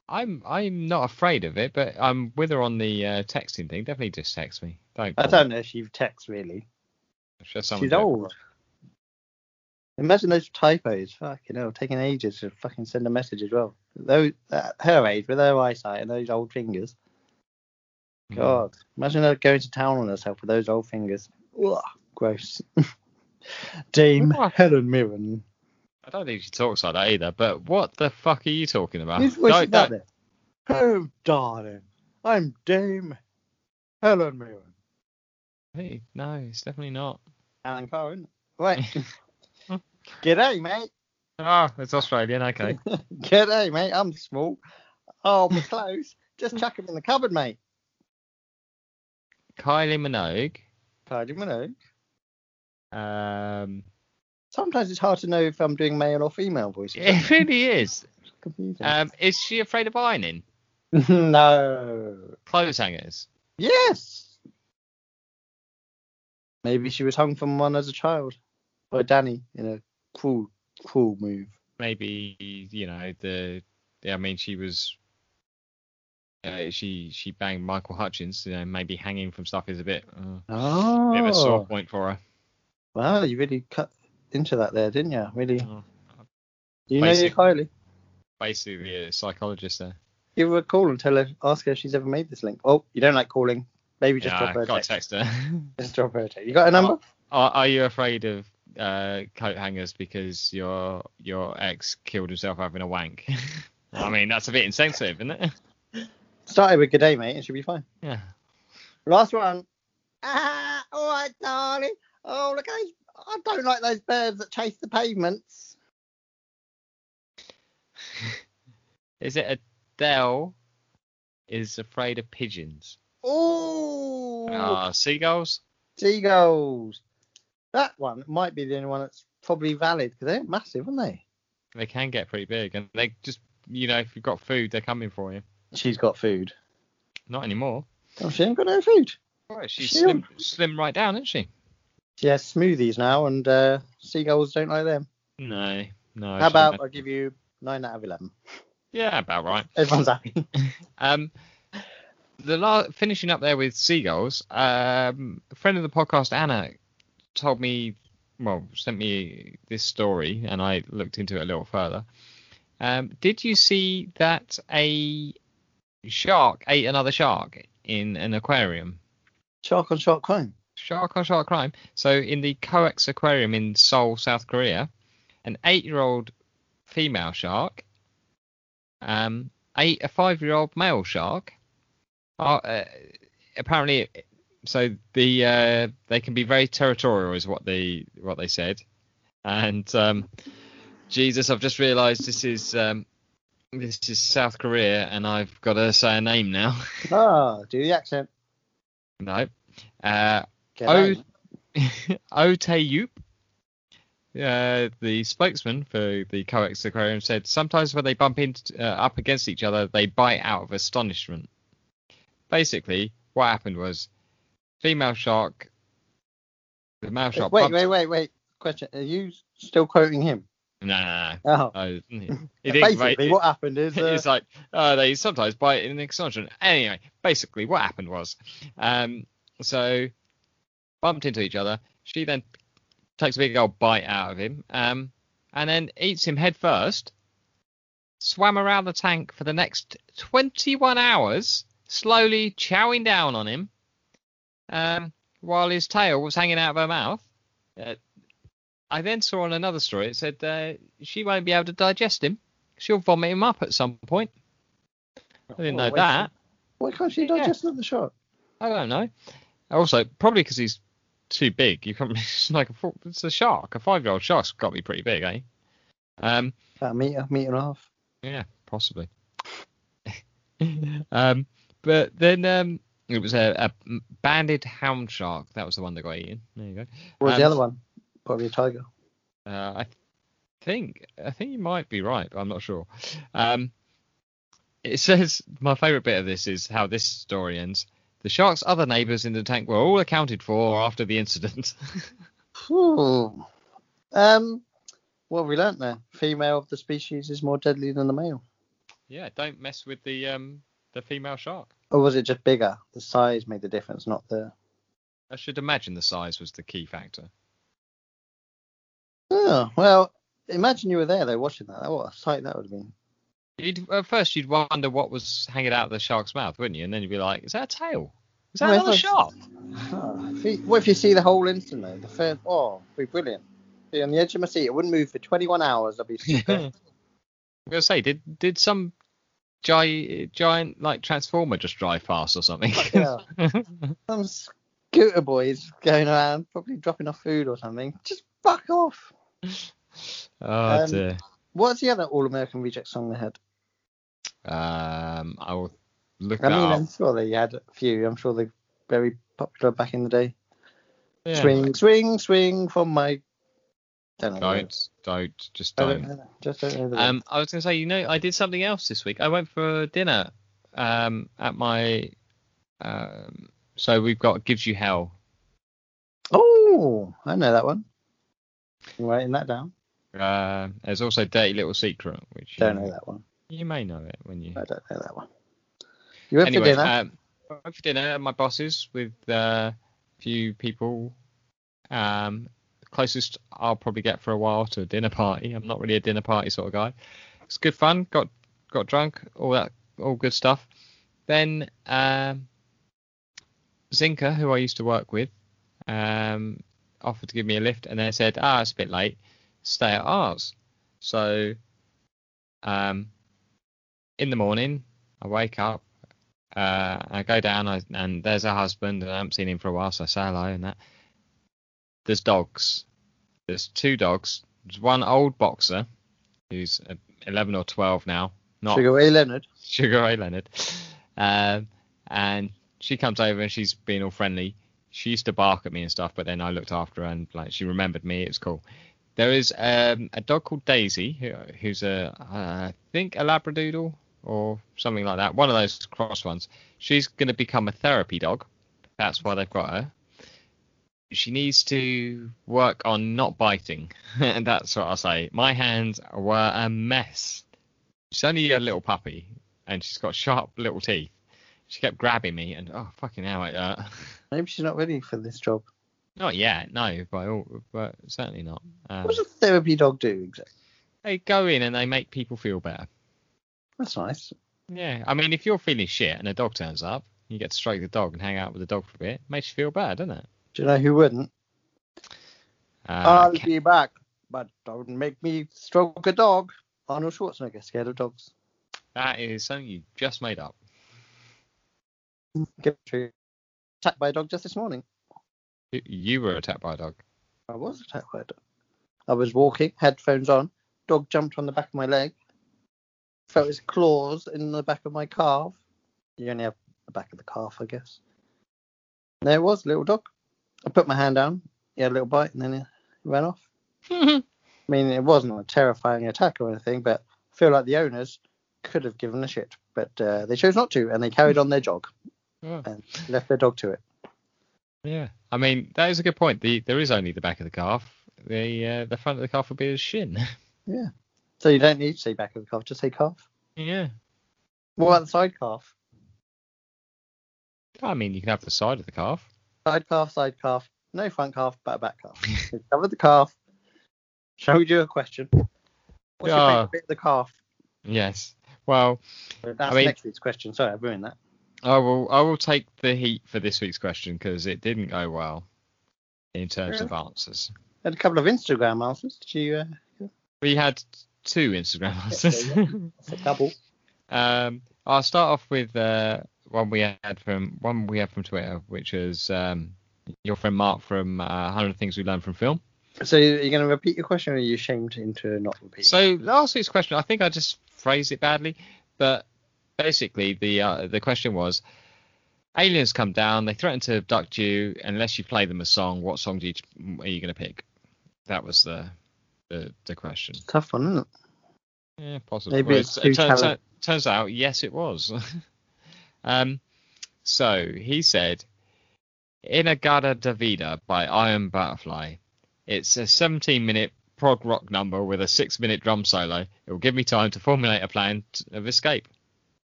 Speaker 2: I'm I'm not afraid of it, but I'm with her on the uh, texting thing. Definitely just text me. Don't.
Speaker 1: I
Speaker 2: call.
Speaker 1: don't know if she texts really.
Speaker 2: It's just someone
Speaker 1: She's
Speaker 2: to-
Speaker 1: old. Imagine those typos. Fucking hell, taking ages to fucking send a message as well. Those, at her age, with her eyesight and those old fingers.
Speaker 2: Mm.
Speaker 1: God, imagine her going to town on herself with those old fingers. Ugh, gross. Dame
Speaker 2: Ugh.
Speaker 1: Helen Mirren.
Speaker 2: I don't think she talks like that either. But what the fuck are you talking about?
Speaker 1: Who's where's she
Speaker 2: Ah, Don't-
Speaker 1: got
Speaker 2: don't-
Speaker 1: there? Oh, darling, I'm Dame Helen Mirren.
Speaker 2: Hey, no, it's definitely not.
Speaker 1: Alan Cohen. Right. G'day, mate.
Speaker 2: Ah, it's Australian. Okay.
Speaker 1: G'day, mate. I'm small. Oh, we're close. Just chuck him in the cupboard, mate.
Speaker 2: Kylie Minogue.
Speaker 1: Tidy Minogue.
Speaker 2: Um,
Speaker 1: Sometimes it's hard to know if I'm doing male or female voices.
Speaker 2: it really is.
Speaker 1: It's confusing.
Speaker 2: Um, is she afraid of ironing?
Speaker 1: no.
Speaker 2: Clothes hangers.
Speaker 1: Yes. Maybe she was hung from one as a child. By Danny in a cruel, cruel move.
Speaker 2: Maybe you know the. I mean, she was. Uh, she she banged Michael Hutchins. You know, maybe hanging from stuff is a bit. Uh,
Speaker 1: Oh.
Speaker 2: Bit of a sore point for her.
Speaker 1: Wow, you really cut into that there, didn't you? Really.
Speaker 2: Oh.
Speaker 1: You know you're
Speaker 2: Basic.
Speaker 1: Kylie.
Speaker 2: Basically, a psychologist there.
Speaker 1: Give her a call and tell her, ask her if she's ever made this link. Oh, you don't like calling. Maybe just
Speaker 2: yeah,
Speaker 1: drop her a
Speaker 2: I can't
Speaker 1: text.
Speaker 2: text her.
Speaker 1: Just drop her a text. You got a number?
Speaker 2: Are, are you afraid of uh, coat hangers because your your ex killed himself having a wank? I mean, that's a bit insensitive, isn't it?
Speaker 1: Started with good day, mate, and she'll be fine.
Speaker 2: Yeah.
Speaker 1: Last one. Ah, all right, darling. Oh, look at those. I don't like those birds that chase the pavements.
Speaker 2: Is it Adele is afraid of pigeons?
Speaker 1: Ooh,
Speaker 2: Ah, seagulls.
Speaker 1: seagulls. That one might be the only one that's probably valid because they're massive, aren't they?
Speaker 2: They can get pretty big, and they just you know if you've got food, they're coming for you.
Speaker 1: She's got food.
Speaker 2: Not anymore.
Speaker 1: Oh, she ain't got no food.
Speaker 2: Right, she's
Speaker 1: She-
Speaker 2: slim, slim right down, isn't she?
Speaker 1: She has smoothies now, and uh, seagulls don't like them.
Speaker 2: No, no.
Speaker 1: How
Speaker 2: she-
Speaker 1: about I give you nine out of eleven?
Speaker 2: Yeah, about right.
Speaker 1: Everyone's happy.
Speaker 2: Um, the la- finishing up there with seagulls. Um, a friend of the podcast, Anna, told me, well, sent me this story, and I looked into it a little further. Um, did you see that a shark ate another shark in an aquarium?
Speaker 1: Shark on shark crime.
Speaker 2: Shark on shark crime. So in the Coex Aquarium in Seoul, South Korea, an eight-year-old female shark um, ate a five-year-old male shark. Uh, uh, apparently, so the uh, they can be very territorial, is what they what they said. And um, Jesus, I've just realised this is um, this is South Korea, and I've got to say a name now.
Speaker 1: Ah, do the accent.
Speaker 2: no. Uh,
Speaker 1: Get
Speaker 2: Oh,
Speaker 1: out.
Speaker 2: Otayup, uh, the spokesman for the Coex Aquarium, said sometimes when they bump into, uh, up against each other, they bite out of astonishment. Basically, what happened was female shark, the male
Speaker 1: Wait,
Speaker 2: shark.
Speaker 1: wait,
Speaker 2: bumped-
Speaker 1: wait, wait, wait. Question: Are you still quoting him?
Speaker 2: No, no,
Speaker 1: Oh,
Speaker 2: no. no. It didn't bite-
Speaker 1: basically, what happened is uh,
Speaker 2: it's like uh, they sometimes bite in exhaustion. Anyway, basically what happened was, um, so bumped into each other. She then takes a big old bite out of him, um, and then eats him head first. Swam around the tank for the next 21 hours, slowly chowing down on him um, while his tail was hanging out of her mouth. Uh, I then saw on another story it said uh, she won't be able to digest him. She'll vomit him up at some point. I
Speaker 1: Well,
Speaker 2: didn't
Speaker 1: oh,
Speaker 2: know
Speaker 1: wait
Speaker 2: that.
Speaker 1: Why can't she
Speaker 2: Yeah.
Speaker 1: digest another shot?
Speaker 2: I don't know. Also, probably because he's too big. You can it's like a, four- it's a shark. A five-year-old shark's got to be pretty big, eh? Um,
Speaker 1: About a meter, meter and a half.
Speaker 2: yeah, possibly. um, but then um, it was a, a banded hound shark. That was the one that got eaten. There you go.
Speaker 1: What was
Speaker 2: Um,
Speaker 1: the other one? Probably a tiger.
Speaker 2: Uh, I think I think you might be right, but I'm not sure. Um, it says my favourite bit of this is how this story ends. The shark's other neighbours in the tank were all accounted for after the incident.
Speaker 1: Ooh. Um, what have we learnt there? Female of the species is more deadly than the male.
Speaker 2: yeah, don't mess with the um the female shark.
Speaker 1: Or was it just bigger? The size made the difference, not the.
Speaker 2: I should imagine the size was the key factor.
Speaker 1: Oh, well, imagine you were there though watching that. Oh, What a sight that would have been.
Speaker 2: You'd, at first, you'd wonder what was hanging out of the shark's mouth, wouldn't you? And then you'd be like, "Is that a tail? Is that
Speaker 1: Well, I
Speaker 2: another
Speaker 1: thought-
Speaker 2: shark?"
Speaker 1: Oh, if you- what if you see the whole instant though? The first, oh, it'd be brilliant. Be on the edge of my seat. It wouldn't move for 21 hours. I'd be
Speaker 2: Hmm. I
Speaker 1: super.
Speaker 2: was gonna say, did did some gi- giant like transformer just drive past or something?
Speaker 1: yeah. Some scooter boys going around, probably dropping off food or something. Just fuck off.
Speaker 2: oh
Speaker 1: Um,
Speaker 2: dear.
Speaker 1: What's the other All American Reject song they had?
Speaker 2: Um, I will look
Speaker 1: I
Speaker 2: that
Speaker 1: mean, um,
Speaker 2: up.
Speaker 1: I'm sure they had a few. I'm sure they're very popular back in the day.
Speaker 2: Yeah.
Speaker 1: Swing, swing, swing from my. Don't know. the words.
Speaker 2: Don't, don't, just
Speaker 1: I don't
Speaker 2: don't.
Speaker 1: know. that. Just don't know. The words.
Speaker 2: Um, I was gonna say, you know, I did something else this week. I went for dinner um, at my. Um, so we've got gives you hell.
Speaker 1: oh, I know that one. I'm writing that down.
Speaker 2: Uh, there's also dirty little secret, which you,
Speaker 1: Don't know that one.
Speaker 2: you may know it when you.
Speaker 1: I don't know that one. You went
Speaker 2: anyway,
Speaker 1: for dinner.
Speaker 2: Um, I went for dinner at my boss's with uh, a few people. Um, closest I'll probably get for a while to a dinner party. I'm not really a dinner party sort of guy. It's good fun. Got got drunk. All that. All good stuff. Then um, Zinka, who I used to work with, um, offered to give me a lift, and they said, "Ah, it's a bit late. Stay at ours." So, um, in the morning, I wake up, uh, I go down, I, and there's her husband, and I haven't seen him for a while, so I say hello and that. There's dogs. There's two dogs. There's one old boxer, who's uh, 11 or 12 now, not
Speaker 1: Sugar Ray Leonard.
Speaker 2: Sugar Ray Leonard. Um, and she comes over and she's being all friendly. She used to bark at me and stuff, but then I looked after her and like she remembered me. It was cool. There is um, a dog called Daisy, who, who's a uh, I think a Labradoodle or something like that. One of those cross ones. She's going to become a therapy dog. That's why they've got her. She needs to work on not biting, and that's what I say. My hands were a mess. She's only a little puppy, and she's got sharp little teeth. She kept grabbing me, and oh fucking hell, it hurt.
Speaker 1: Maybe she's not ready for this job.
Speaker 2: Not yet, no, by all, but certainly not. Um,
Speaker 1: What does a therapy dog do exactly?
Speaker 2: they go in and they make people feel better.
Speaker 1: That's nice.
Speaker 2: Yeah, I mean, if you're feeling shit and a dog turns up, you get to stroke the dog and hang out with the dog for a bit. Makes you feel better, doesn't it?
Speaker 1: Do you know who wouldn't?
Speaker 2: Uh,
Speaker 1: I'll
Speaker 2: Ca-
Speaker 1: be back, but don't make me stroke a dog. Arnold Schwarzenegger, scared of dogs.
Speaker 2: that is something you just made up.
Speaker 1: Get through. Attacked by a dog just this morning.
Speaker 2: You- You were attacked by a dog.
Speaker 1: I was attacked by a dog. I was walking, headphones on. Dog jumped on the back of my leg. Felt his claws in the back of my calf. You only have the back of the calf, I guess. And there it was, little dog. I put my hand down. He had a little bite, and then he ran off. I mean, it wasn't a terrifying attack or anything, but I feel like the owners could have given a shit, but uh, they chose not to, and they carried on their jog
Speaker 2: Oh,
Speaker 1: and left their dog to it.
Speaker 2: yeah, I mean, that is a good point. The there is only the back of the calf. The uh, the front of the calf would be the shin.
Speaker 1: So you don't need to say back of the calf, just say calf.
Speaker 2: yeah.
Speaker 1: What about the side calf?
Speaker 2: I mean, you can have the side of the calf.
Speaker 1: Side calf, side calf, no front calf, but a back calf. we covered the calf. Showed you a question. What's your
Speaker 2: Yeah.
Speaker 1: favourite bit of the calf?
Speaker 2: Yes. Well,
Speaker 1: That's
Speaker 2: mean-
Speaker 1: next week's question. Sorry, I ruined that.
Speaker 2: I will I will take the heat for this week's question because it didn't go well in terms of answers.
Speaker 1: Had a couple of Instagram answers. Did you? Uh,
Speaker 2: We had two Instagram answers.
Speaker 1: a couple.
Speaker 2: um, I'll start off with uh, one we had from one we had from Twitter, which is um, your friend Mark from uh, 100 Things We Learned from Film.
Speaker 1: So you're going to repeat your question, or are you shamed into not repeating?
Speaker 2: So last week's question, I think I just phrased it badly, but basically the uh, the question was: aliens come down, they threaten to abduct you unless you play them a song. What song do you are you going to pick? That was the the, the question.
Speaker 1: tough one, isn't it?
Speaker 2: Yeah, possibly.
Speaker 1: Maybe
Speaker 2: Well,
Speaker 1: it's
Speaker 2: it
Speaker 1: too
Speaker 2: turns
Speaker 1: talent-
Speaker 2: out, turns out, yes, it was. um, so he said, "Inagada Davida" by Iron Butterfly. It's a 17-minute prog rock number with a six-minute drum solo. It will give me time to formulate a plan t of escape.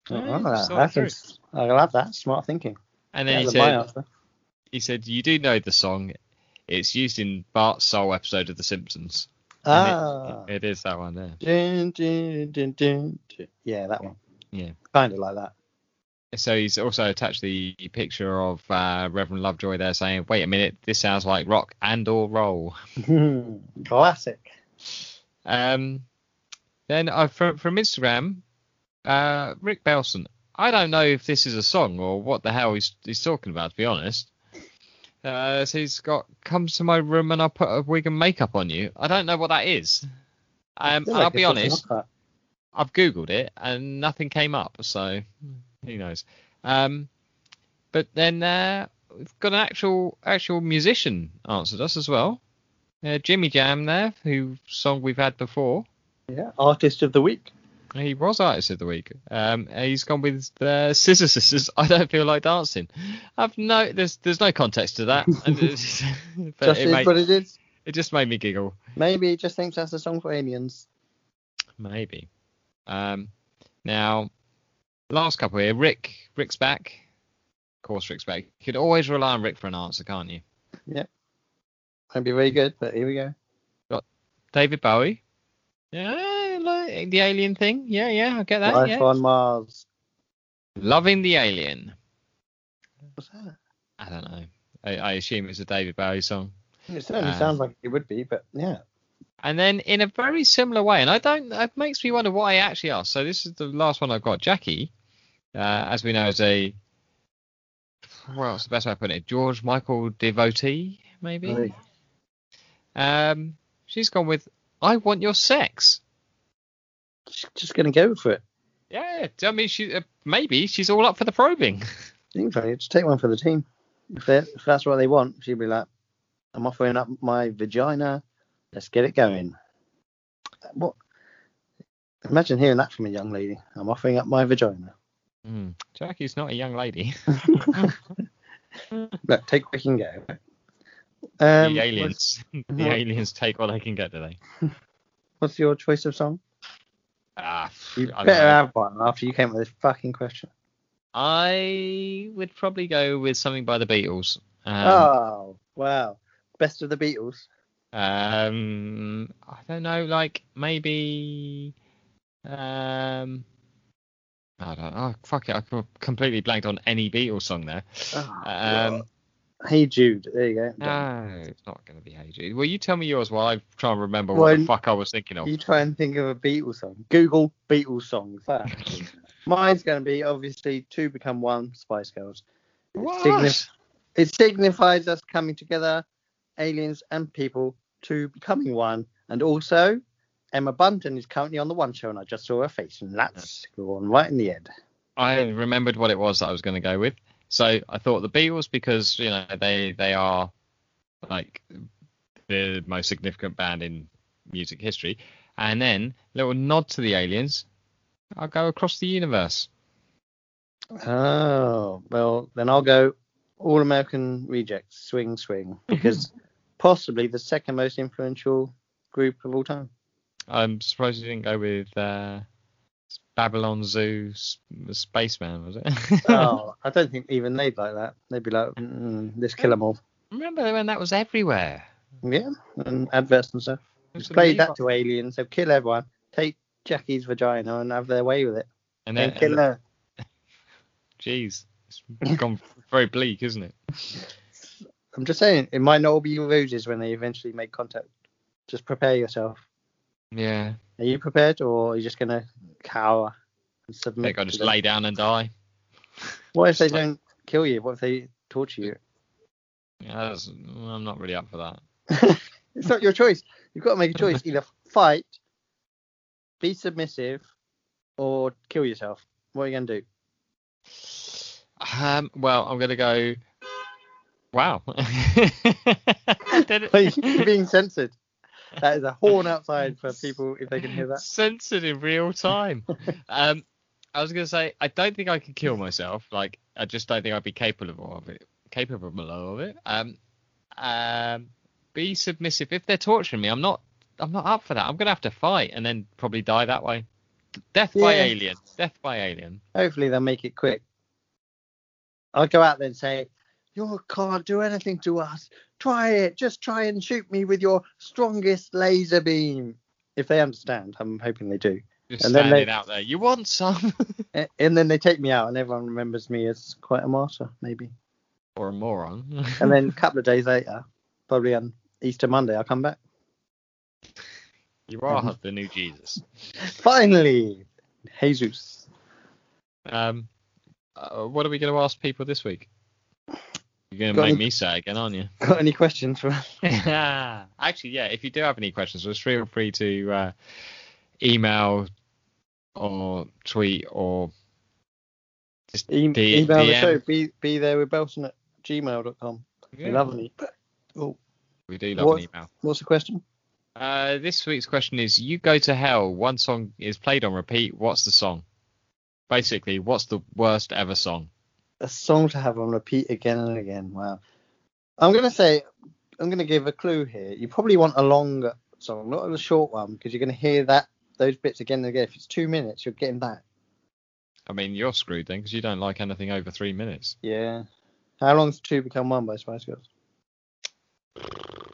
Speaker 1: Oh,
Speaker 2: Yeah,
Speaker 1: wow,
Speaker 2: so
Speaker 1: that's
Speaker 2: true.
Speaker 1: ins- I love that. Smart thinking.
Speaker 2: And
Speaker 1: That
Speaker 2: then he
Speaker 1: was my
Speaker 2: said,
Speaker 1: answer.
Speaker 2: "He said you do know the song. It's used in Bart's Soul episode of The Simpsons. And it-
Speaker 1: Ah.
Speaker 2: it is that one there.
Speaker 1: Dun, dun, dun, dun, dun. Yeah, that one.
Speaker 2: Yeah.
Speaker 1: Kind of like that.
Speaker 2: so he's also attached the picture of uh, Reverend Lovejoy there saying, "Wait a minute, this sounds like rock and or roll."
Speaker 1: Classic.
Speaker 2: Um, then I from from Instagram, uh, Rick Belson. I don't know if this is a song or what the hell he's he's talking about. To be honest, uh, so he's got "Come to my room and I'll put a wig and makeup on you." I don't know what that is. Um,
Speaker 1: Feel
Speaker 2: and I'll
Speaker 1: like
Speaker 2: be
Speaker 1: it's something
Speaker 2: honest,
Speaker 1: like that.
Speaker 2: I've googled it and nothing came up, so who knows? Um, but then uh, we've got an actual actual musician answered us as well. Uh, Jimmy Jam there, who song we've had before.
Speaker 1: Yeah, artist of the week.
Speaker 2: He was artist of the week. Um, he's gone with the Scissor Sisters. I don't feel like dancing. I've no there's there's no context to that. And it's- but
Speaker 1: just
Speaker 2: it,
Speaker 1: is
Speaker 2: made,
Speaker 1: what it is.
Speaker 2: it just made me giggle.
Speaker 1: Maybe he just thinks that's a song for aliens.
Speaker 2: Maybe. Um, now, last couple here. Rick, Rick's back. Of course, Rick's back. You could always rely on Rick for an answer, can't you?
Speaker 1: Won't be very good, but here we go.
Speaker 2: David Bowie. Yeah, like the alien thing. Yeah, yeah, I get that.
Speaker 1: Life
Speaker 2: yeah.
Speaker 1: on Mars.
Speaker 2: Loving the alien.
Speaker 1: What's that?
Speaker 2: I don't know. I, I assume it's a David Bowie song.
Speaker 1: It certainly
Speaker 2: Uh,
Speaker 1: sounds like it would be, but yeah.
Speaker 2: And then in a very similar way, and I don't, it makes me wonder what I actually asked. So this is the last one I've got. Jackie, uh, as we know, is a, well, what's the best way of putting it? George Michael devotee, maybe?
Speaker 1: Right.
Speaker 2: Um, she's gone with "I want your sex."
Speaker 1: Just- Just gonna go for it.
Speaker 2: Yeah, I mean, she uh, maybe she's all up for the probing.
Speaker 1: Seems like it. Just take one for the team. If, they- if that's what they want, she'd be like, I'm offering up my vagina. Let's get it going. What? Imagine hearing that from a young lady. I'm offering up my vagina.
Speaker 2: Hmm. Jackie's not a young lady.
Speaker 1: Look, take what you can go. Um,
Speaker 2: the aliens, the
Speaker 1: what-
Speaker 2: aliens take what they can get, do they?
Speaker 1: What's, what's your choice of song?
Speaker 2: Ah,
Speaker 1: You
Speaker 2: I, don't
Speaker 1: better
Speaker 2: know.
Speaker 1: have one after you came up with this fucking question.
Speaker 2: I would probably go with something by the Beatles. Um,
Speaker 1: oh, wow. Best of the Beatles.
Speaker 2: um, I don't know, like maybe, um, I don't know. oh, fuck it, I com- completely blanked on any Beatles song there.
Speaker 1: Oh,
Speaker 2: Um, uh,
Speaker 1: Hey Jude. There you go.
Speaker 2: No, it's not going to be Hey Jude. Well, you tell me yours while I try and remember
Speaker 1: Well,
Speaker 2: what the
Speaker 1: n-
Speaker 2: fuck I was thinking of.
Speaker 1: You try and think of a Beatles song. Google Beatles songs. That. Mine's going to be obviously two become one. Spice Girls.
Speaker 2: What?
Speaker 1: signif- It signifies us coming together, aliens and people, to becoming one. And also, Emma Bunton is currently on the One Show, and I just saw her face, and that's gone right in the head.
Speaker 2: I remembered what it was that I was going to go with. So I thought the Beatles because you know they they are like the most significant band in music history, and then little nod to the aliens. I'll go across the universe.
Speaker 1: Oh well, then I'll go All American Rejects, Swing Swing, because possibly the second most influential group of all time.
Speaker 2: I'm surprised you didn't go with uh, Babylon Zoo S- Spaceman, was it?
Speaker 1: oh, I don't think even they'd like that. They'd be like, mm, let's kill 'em all.
Speaker 2: Remember when that was everywhere?
Speaker 1: Yeah, and adverts and stuff.
Speaker 2: It was
Speaker 1: Just play
Speaker 2: unbelievable.
Speaker 1: that to aliens. They'll kill everyone. Take Jackie's vagina and have their way with it.
Speaker 2: And
Speaker 1: And
Speaker 2: then,
Speaker 1: kill her.
Speaker 2: jeez, It's gone very bleak, isn't it?
Speaker 1: I'm just saying, it might not all be roses when they eventually make contact. Just prepare yourself.
Speaker 2: Yeah.
Speaker 1: Are you prepared, or are you just gonna cower and submit?
Speaker 2: They've got to
Speaker 1: to
Speaker 2: just
Speaker 1: them?
Speaker 2: lay down and die.
Speaker 1: What if they
Speaker 2: just like-
Speaker 1: don't kill you? What if they torture you?
Speaker 2: Yeah, that's, I'm not really up for that.
Speaker 1: It's not your choice. You've got to make a choice: either fight, be submissive, or kill yourself. What are you gonna do?
Speaker 2: Um, well, I'm gonna go. Wow. I did it.
Speaker 1: Please, you're being censored. That is a horn outside for people if they can hear that.
Speaker 2: Censored in real time. um, I was gonna say I don't think I could kill myself. Like I just don't think I'd be capable of it. Capable of it. Um, um, be submissive. If they're torturing me, I'm not. I'm not up for that. I'm gonna have to fight and then probably die that way. Death by
Speaker 1: Yeah.
Speaker 2: alien. Death by alien.
Speaker 1: Hopefully they'll make it quick. I'll go out there and say, "You can't do anything to us. Try it. Just try and shoot me with your strongest laser beam." If they understand, I'm hoping they do.
Speaker 2: Just
Speaker 1: And then
Speaker 2: standing
Speaker 1: they-
Speaker 2: out there. You want some
Speaker 1: A- And then they take me out, and everyone remembers me as quite a martyr, maybe.
Speaker 2: or a moron.
Speaker 1: And then a couple of days later, probably on Easter Monday, I'll come back.
Speaker 2: You are the new Jesus.
Speaker 1: Finally, Jesus.
Speaker 2: Um, uh, what are we going to ask people this week? You're going to
Speaker 1: Got
Speaker 2: make
Speaker 1: any-
Speaker 2: me say it again, aren't you?
Speaker 1: Got any questions for? us?
Speaker 2: Actually, yeah. If you do have any questions, just feel free to uh, email or tweet or just
Speaker 1: E-
Speaker 2: D-
Speaker 1: email the
Speaker 2: DM.
Speaker 1: show. Be be there with Belson at gmail.com. We
Speaker 2: Yeah,
Speaker 1: love an e-
Speaker 2: We do love
Speaker 1: What-
Speaker 2: an email.
Speaker 1: What's the question?
Speaker 2: Uh, this week's question is: You go to hell. One song is played on repeat. What's the song? Basically, what's the worst ever song?
Speaker 1: a song to have on repeat again and again. Wow. I'm gonna say I'm gonna give a clue here. You probably want a longer song, not a short one, because you're gonna hear that those bits again and again. If it's two minutes, you're getting that.
Speaker 2: I mean, you're screwed then because you don't like anything over three minutes.
Speaker 1: Yeah. How long's two become one by Spice Girls?
Speaker 2: That,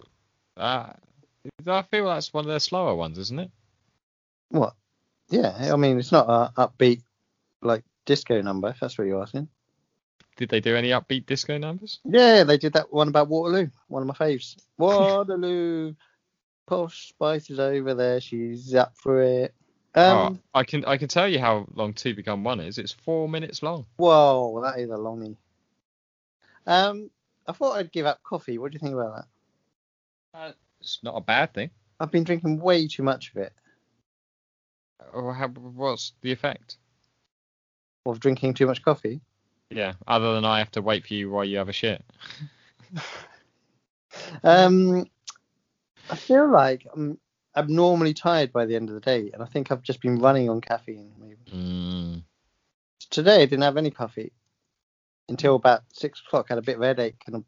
Speaker 2: Ah, I feel that's one of their slower ones, isn't it?
Speaker 1: What? Yeah, I mean it's not a upbeat like disco number. If that's what you're asking.
Speaker 2: Did they do any upbeat disco numbers?
Speaker 1: Yeah, they did that one about Waterloo. One of my faves. Waterloo. Posh Spice is over there. She's up for it. Um,
Speaker 2: oh, I can I can tell you how long two become one is. It's four minutes long.
Speaker 1: Whoa, that is a longie. Um, I thought I'd give up coffee. What do you think about that?
Speaker 2: It's not a bad thing.
Speaker 1: I've been drinking way too much of it.
Speaker 2: Or Oh, how, what's the effect?
Speaker 1: Of drinking too much coffee.
Speaker 2: Yeah. Other than I have to wait for you while you have a shit.
Speaker 1: Um, I feel like I'm abnormally tired by the end of the day, and I think I've just been running on caffeine. Maybe.
Speaker 2: Mm.
Speaker 1: Today I didn't have any coffee until about six o'clock. I had a bit of a headache and I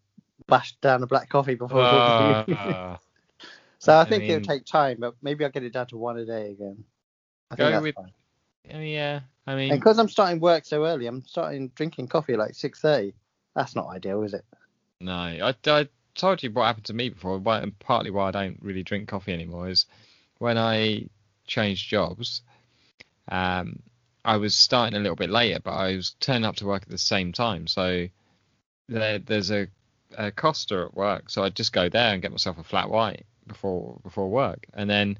Speaker 1: bashed down a black coffee before. I talking to you.
Speaker 2: Uh,
Speaker 1: so I
Speaker 2: I
Speaker 1: think
Speaker 2: mean-
Speaker 1: it'll take time, but maybe I'll get it down to one a day again. I
Speaker 2: Go
Speaker 1: think that's
Speaker 2: with-
Speaker 1: fine.
Speaker 2: yeah. I
Speaker 1: And
Speaker 2: mean,
Speaker 1: because I'm starting work so early, I'm starting drinking coffee at like 6:30. That's not ideal, is it?
Speaker 2: no. I, I told you what happened to me before, why- and partly why I don't really drink coffee anymore is when I changed jobs, um, I was starting a little bit later, but I was turning up to work at the same time. So there, there's a, a Costa at work, so I'd just go there and get myself a flat white before before work, and then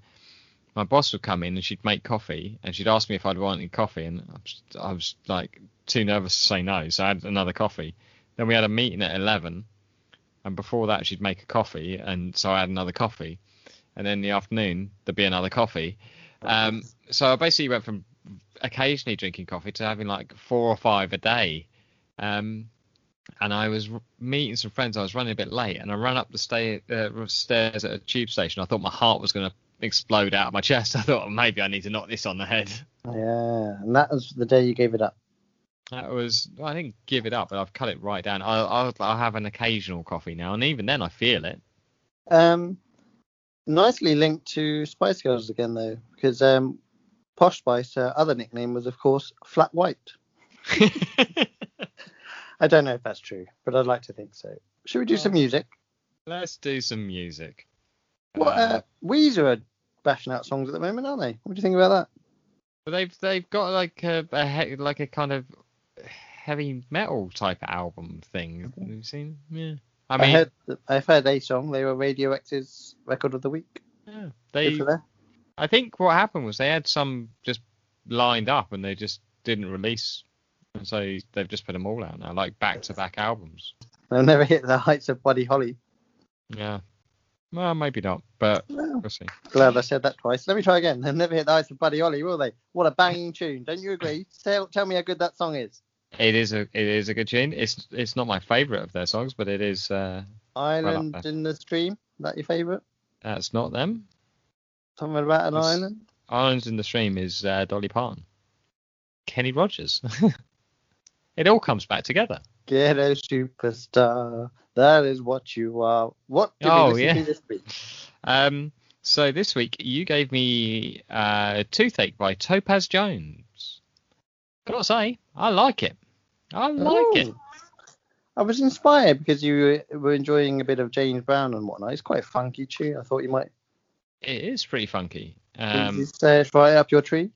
Speaker 2: my boss would come in and she'd make coffee and she'd ask me if I'd want any coffee, and I was, I was like too nervous to say no, so I had another coffee. Then we had a meeting at eleven, and before that she'd make a coffee, and so I had another coffee, and then in the afternoon there'd be another coffee. Um, so I basically went from occasionally drinking coffee to having like four or five a day. Um, and I was r- meeting some friends. I was running a bit late, and I ran up the sta- uh, stairs at a tube station. I thought my heart was going to explode out of my chest. I thought maybe I need to knock this on the head.
Speaker 1: Yeah, and that was the day you gave it up.
Speaker 2: That was well, I didn't give it up, but I've cut it right down. I, I'll, I'll have an occasional coffee now, and even then I feel it.
Speaker 1: Um, nicely linked to Spice Girls again though, because um, Posh Spice, her other nickname was of course Flat White. I don't know if that's true, but I'd like to think so. Should we do some music?
Speaker 2: Let's do some music.
Speaker 1: What
Speaker 2: Uh,
Speaker 1: uh, Weezer are bashing out songs at the moment, aren't they? What do you think about that?
Speaker 2: But they've they've got like a, a he- like a kind of heavy metal type album thing. Have you seen? Yeah. I
Speaker 1: I
Speaker 2: mean,
Speaker 1: heard, I've heard a song. They were Radioactive's record of the week.
Speaker 2: yeah,
Speaker 1: Good
Speaker 2: they.
Speaker 1: for them.
Speaker 2: I think what happened was they had some just lined up and they just didn't release, and so they've just put them all out now, like back to back albums.
Speaker 1: They'll never hit the heights of Buddy Holly.
Speaker 2: Yeah. Well, maybe not, but
Speaker 1: Well,
Speaker 2: we'll see.
Speaker 1: glad I said that twice. Let me try again. They'll never hit the heights of Buddy Holly, will they? What a banging tune! Don't you agree? Tell, tell me how good that song is.
Speaker 2: It is a it is a good tune. It's it's not my favourite of their songs, but it is. Uh,
Speaker 1: Island
Speaker 2: Well, uh,
Speaker 1: in the stream. That your favourite?
Speaker 2: that's not them.
Speaker 1: Something about an
Speaker 2: Yes.
Speaker 1: island.
Speaker 2: Islands in the Stream is uh, Dolly Parton, Kenny Rogers. it all comes back together.
Speaker 1: Get a superstar. That is what you are. What did we
Speaker 2: Oh,
Speaker 1: listen
Speaker 2: yeah.
Speaker 1: to this week?
Speaker 2: Um, so this week you gave me uh, Toothache by Topaz Jones. Gotta say, I like it. I like it.
Speaker 1: Ooh. Oh. I was inspired because you were enjoying a bit of James Brown and whatnot. It's quite a funky tune. I thought you might.
Speaker 2: It is pretty funky.
Speaker 1: Um,
Speaker 2: Um,
Speaker 1: is this, uh, right up your tree?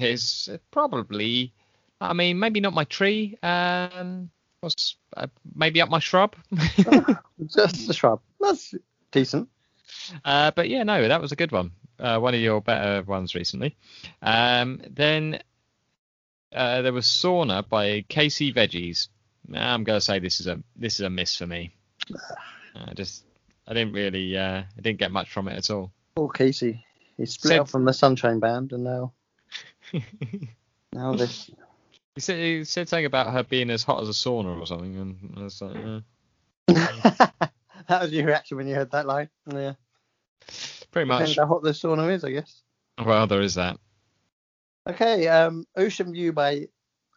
Speaker 2: It's probably, I mean, maybe not my tree. Um, what's uh, maybe up my shrub.
Speaker 1: Just the shrub. That's decent.
Speaker 2: uh, but yeah, no, that was a good one. Uh, one of your better ones recently. Um, then uh, there was Sauna by KC Veggies. I'm gonna say this is a this is a miss for me. I just I didn't really uh, I didn't get much from it at all.
Speaker 1: Oh, Casey. He split
Speaker 2: Said-
Speaker 1: up from the Sunshine Band and now now this.
Speaker 2: He said, he said something about her being as hot as a sauna or something, and I was like, eh.
Speaker 1: that was your reaction when you heard that line. Yeah.
Speaker 2: pretty much.
Speaker 1: Depends how hot the sauna is, I guess.
Speaker 2: Well, there is that.
Speaker 1: Okay, um, Ocean View by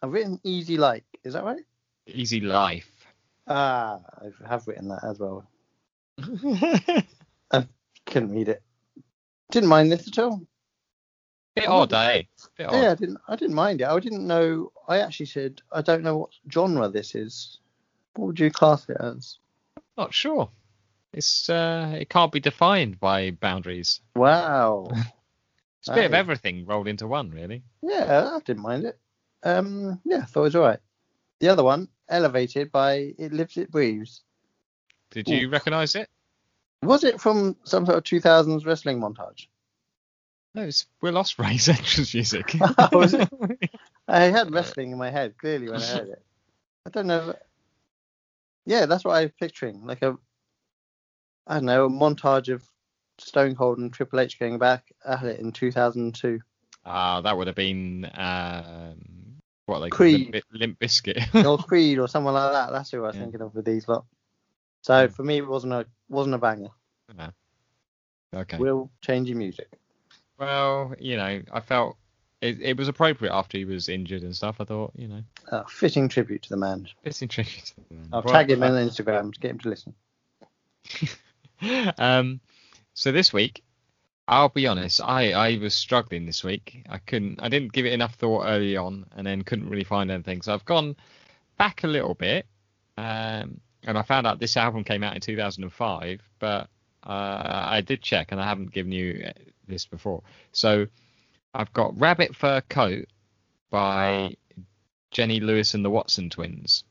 Speaker 1: I've written Easy Like, is that right?
Speaker 2: Easy life.
Speaker 1: Ah, I have written that as well. Couldn't read it. Didn't mind this at all.
Speaker 2: Bit odd, eh? Bit odd.
Speaker 1: Yeah, I didn't. I didn't mind it. I didn't know. I actually said I don't know what genre this is. What would you class it as?
Speaker 2: Not sure. It's uh, it can't be defined by boundaries.
Speaker 1: Wow.
Speaker 2: It's a bit of
Speaker 1: Aye.
Speaker 2: everything rolled into one, really.
Speaker 1: yeah, I didn't mind it. Um, yeah, thought it was alright. The other one, Elevated by It Lives It Breathes.
Speaker 2: Did you recognise it?
Speaker 1: Was it from some sort of 2000s wrestling montage?
Speaker 2: No, it's Will Ospreay's entrance music.
Speaker 1: Oh, was it? I
Speaker 2: Uh,
Speaker 1: had wrestling in my head clearly when I heard it. I don't know. Yeah, that's what I was picturing, like a, I don't know, a montage of Stone Cold and Triple H going back at it in 2002.
Speaker 2: Ah, that would have been um, what they call
Speaker 1: Creed.
Speaker 2: Limp, Bi- Limp Biscuit.
Speaker 1: or Creed or someone like that. That's who I was
Speaker 2: Yeah.
Speaker 1: thinking of with these lot. So
Speaker 2: Yeah.
Speaker 1: for me, it wasn't a wasn't a banger.
Speaker 2: okay.
Speaker 1: Will change your music.
Speaker 2: Well, you know, I felt it, it was appropriate after he was injured and stuff. I thought, you know,
Speaker 1: Uh, fitting tribute to the man.
Speaker 2: it's intriguing. to the man.
Speaker 1: I'll
Speaker 2: Right,
Speaker 1: tag him
Speaker 2: uh,
Speaker 1: on Instagram to get him to listen.
Speaker 2: um, so this week, I'll be honest, I, I was struggling this week. I couldn't, I didn't give it enough thought early on, and then couldn't really find anything. So I've gone back a little bit, um, and I found out this album came out in 2005, but uh, I did check, and I haven't given you uh, this before. So I've got Rabbit Fur Coat by Jenny Lewis and the Watson Twins.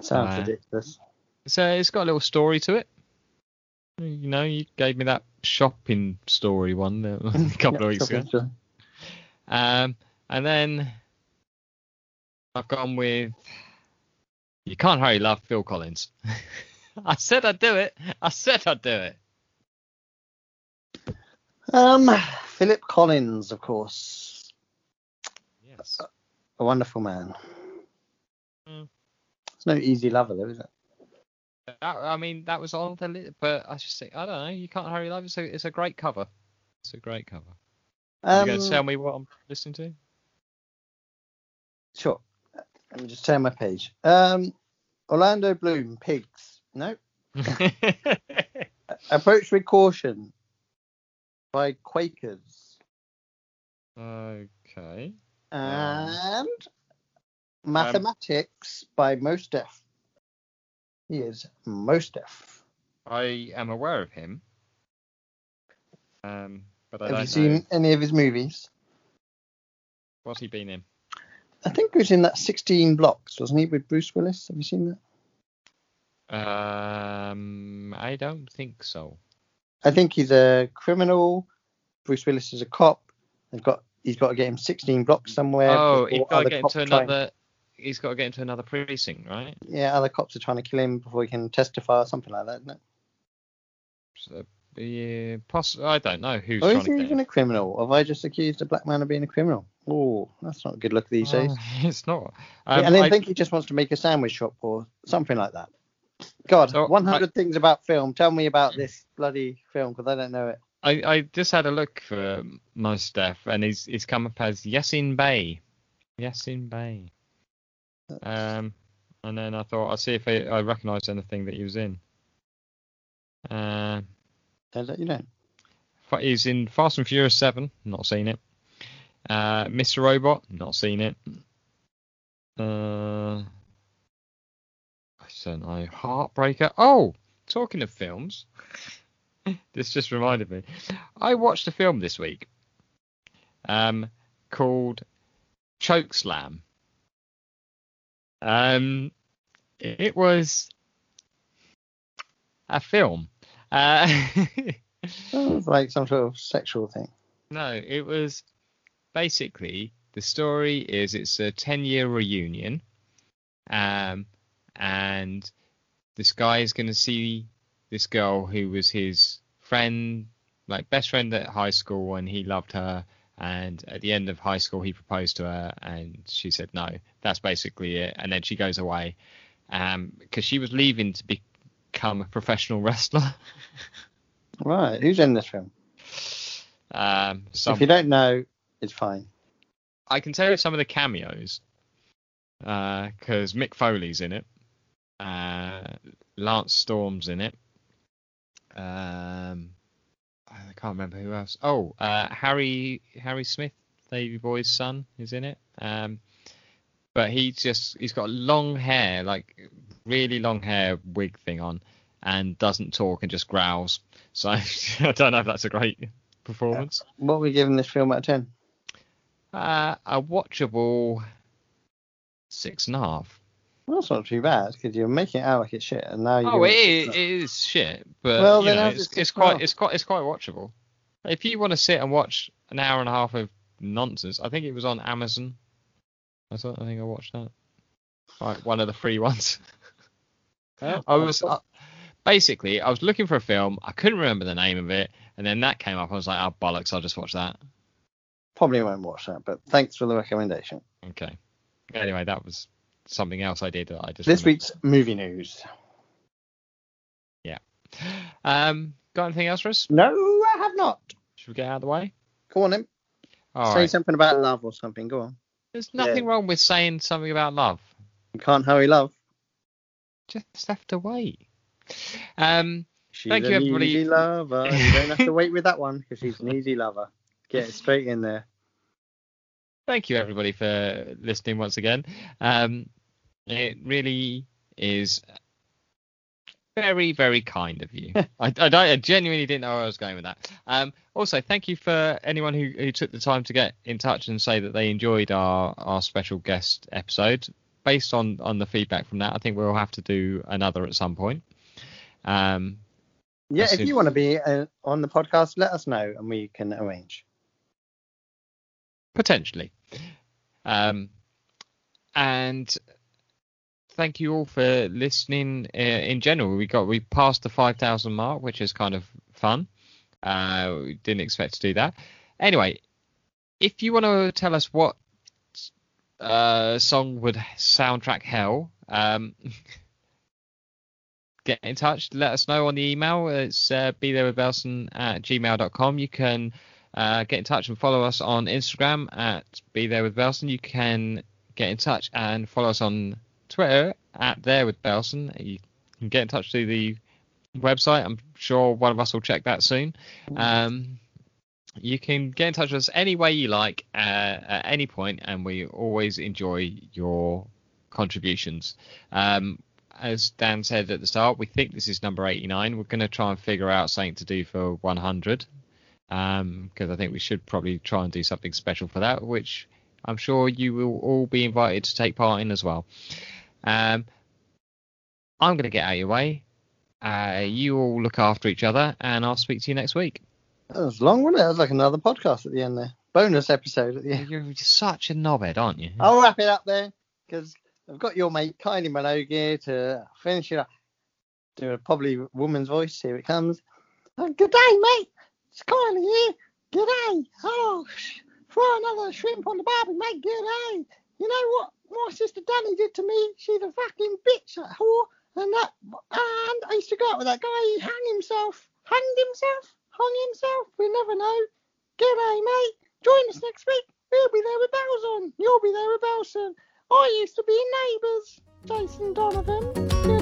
Speaker 1: Sounds
Speaker 2: Uh,
Speaker 1: ridiculous.
Speaker 2: So it's got a little story to it. You know, you gave me that shopping story one uh, a couple
Speaker 1: Yeah,
Speaker 2: of weeks ago.
Speaker 1: something to-
Speaker 2: Um, and then I've gone with You Can't Hurry Love, Phil Collins. I said I'd do it. I said I'd do it.
Speaker 1: Um, Philip Collins, of course.
Speaker 2: Yes.
Speaker 1: A wonderful man.
Speaker 2: Mm.
Speaker 1: It's no easy lover though, is it?
Speaker 2: That, I mean, that was on the list, but I just think, I don't know, You Can't Hurry Love, it's a, it's a great cover. It's a great cover. Are you going
Speaker 1: Um,
Speaker 2: to tell me what I'm listening to?
Speaker 1: Sure. Let me just turn my page. Um, Orlando Bloom, Pigs. No. Approach with Caution by Quakers.
Speaker 2: okay. Um.
Speaker 1: And Mathematics by Most Def. He is Most Def.
Speaker 2: I am aware of him. Um, but I
Speaker 1: Have
Speaker 2: don't
Speaker 1: you seen
Speaker 2: know
Speaker 1: any of his movies?
Speaker 2: what he been in.
Speaker 1: I think he was in that 16 blocks, wasn't he, with Bruce Willis? Have you seen that?
Speaker 2: Um, I don't think so.
Speaker 1: I think he's a criminal. Bruce Willis is a cop. They've got he's got to get him 16 blocks somewhere.
Speaker 2: oh,
Speaker 1: before
Speaker 2: he's got
Speaker 1: other
Speaker 2: to get
Speaker 1: cops
Speaker 2: into
Speaker 1: try and-
Speaker 2: another. He's got to get into another precinct, right?
Speaker 1: Yeah, other cops are trying to kill him before he can testify or something like that, isn't it?
Speaker 2: So, yeah, poss- I don't know who's
Speaker 1: or
Speaker 2: trying
Speaker 1: Oh, is
Speaker 2: to
Speaker 1: he
Speaker 2: get
Speaker 1: even
Speaker 2: him.
Speaker 1: a criminal? Have I just accused a black man of being a criminal? Oh, that's not a good look these days.
Speaker 2: Oh, it's not.
Speaker 1: Yeah,
Speaker 2: Um,
Speaker 1: and then
Speaker 2: I-
Speaker 1: think he just wants to make a sandwich shop or something like that. God,
Speaker 2: So,
Speaker 1: 100 things about film. Tell me about this bloody film because I don't know it.
Speaker 2: I, I just had a look for Mustaf, and he's he's come up as Yasin Bey. Yasin Bey. Um, and then I thought I'd see if I, I recognised anything that he was in. Uh,
Speaker 1: Don't let you know.
Speaker 2: fa- he's in Fast and Furious 7, not seen it. Uh, Mr. Robot, not seen it. Uh, I don't know. Heartbreaker. Oh, talking of films, this just reminded me. I watched a film this week um, called Chokeslam. Um, it was a film. Uh,
Speaker 1: Sounds like some sort of sexual thing.
Speaker 2: no, it was basically the story is it's a 10 year reunion, um, and this guy is going to see this girl who was his friend, like best friend at high school, and he loved her. And at the end of high school, he proposed to her, and she said no. That's basically it. And then she goes away because she was leaving to become a professional wrestler.
Speaker 1: Right, who's in this film?
Speaker 2: Um, some-
Speaker 1: If you don't know, it's fine.
Speaker 2: I can tell you some of the cameos because Mick Foley's in it, uh, Lance Storm's in it. Um, I can't remember who else. Oh, uh, Harry Harry Smith, Davy Boy's son, is in it. Um, but he just he's got long hair, like really long hair wig thing on, and doesn't talk and just growls. So I don't know if that's a great performance.
Speaker 1: What are we giving this film out of 10?
Speaker 2: Uh, a watchable six and a half.
Speaker 1: Well, that's not too bad because you're making it out like it's shit, and now you.
Speaker 2: Oh, it, it is shit, but
Speaker 1: Well,
Speaker 2: you
Speaker 1: then
Speaker 2: know,
Speaker 1: I'll
Speaker 2: it's,
Speaker 1: just
Speaker 2: it's
Speaker 1: six and a
Speaker 2: quite
Speaker 1: half.
Speaker 2: it's quite it's quite watchable. If you want to sit and watch an hour and a half of nonsense, I think it was on Amazon. I thought I think I watched that. Like one of the free ones.
Speaker 1: Well,
Speaker 2: I was uh, basically I was looking for a film. I couldn't remember the name of it, and then that came up. I was like, oh bollocks! I'll just watch that.
Speaker 1: probably won't watch that, but thanks for the recommendation.
Speaker 2: Okay. Anyway, that was something else I did. That I just
Speaker 1: This
Speaker 2: remembered.
Speaker 1: week's movie news.
Speaker 2: Um, got anything else for us?
Speaker 1: No, I have not.
Speaker 2: Should we get out of the way?
Speaker 1: Go on then.
Speaker 2: All
Speaker 1: Say
Speaker 2: right.
Speaker 1: something about love or something. Go on.
Speaker 2: There's nothing
Speaker 1: yeah.
Speaker 2: wrong with saying something about love.
Speaker 1: You can't hurry love.
Speaker 2: Just have to wait. Um,
Speaker 1: She's
Speaker 2: Thank
Speaker 1: an
Speaker 2: you, everybody.
Speaker 1: easy lover. You don't have to wait with that one because she's an easy lover. Get it straight in there.
Speaker 2: thank you everybody for listening once again. Um, it really is very, very kind of you. I, I, don't- I genuinely didn't know where I was going with that. Um, also, thank you for anyone who, who took the time to get in touch and say that they enjoyed our, our special guest episode. Based on, on the feedback from that, I think we'll have to do another at some point. Um,
Speaker 1: Yeah,
Speaker 2: That's
Speaker 1: if
Speaker 2: it.
Speaker 1: you want to be uh, on the podcast, let us know and we can arrange.
Speaker 2: potentially. Um, and thank you all for listening. Uh, in general, we got we passed the five thousand mark, which is kind of fun. Uh, we didn't expect to do that. Anyway, if you want to tell us what uh, song would soundtrack hell, um, get in touch. Let us know on the email. It's uh, be there with Belson at gmail.com. You can uh, get in touch and follow us on Instagram at Be There with Belson. You can get in touch and follow us on Twitter at There with Belson. You can get in touch through the website. I'm sure one of us will check that soon. Um, you can get in touch with us any way you like uh, at any point, and we always enjoy your contributions. Um, as Dan said at the start, we think this is number 89. We're going to try and figure out something to do for Um, 100 because I think we should probably try and do something special for that, which I'm sure you will all be invited to take part in as well. Um, I'm going to get out of your way. Uh, you all look after each other, and I'll speak to you next week.
Speaker 1: That was long, wasn't it? That was like another podcast at the end there. Bonus episode at the end.
Speaker 2: You're such a knobhead, aren't you?
Speaker 1: I'll wrap it up there because I've got your mate Kylie Minogue to finish it up. Do a probably woman's voice. Here it comes. Oh, good day, mate. It's Kylie here. Good day. Oh, sh- fry another shrimp on the barbie, mate. Good day. You know what my sister Danny did to me? She's a fucking bitch, that whore. And that, and I used to go out with that guy. He hung himself. Hanged himself? Hung himself? We never know. Good day, mate. Join us next week. We'll be there with bells on. You'll be there with bells on. I used to be neighbours. Jason Donovan. Good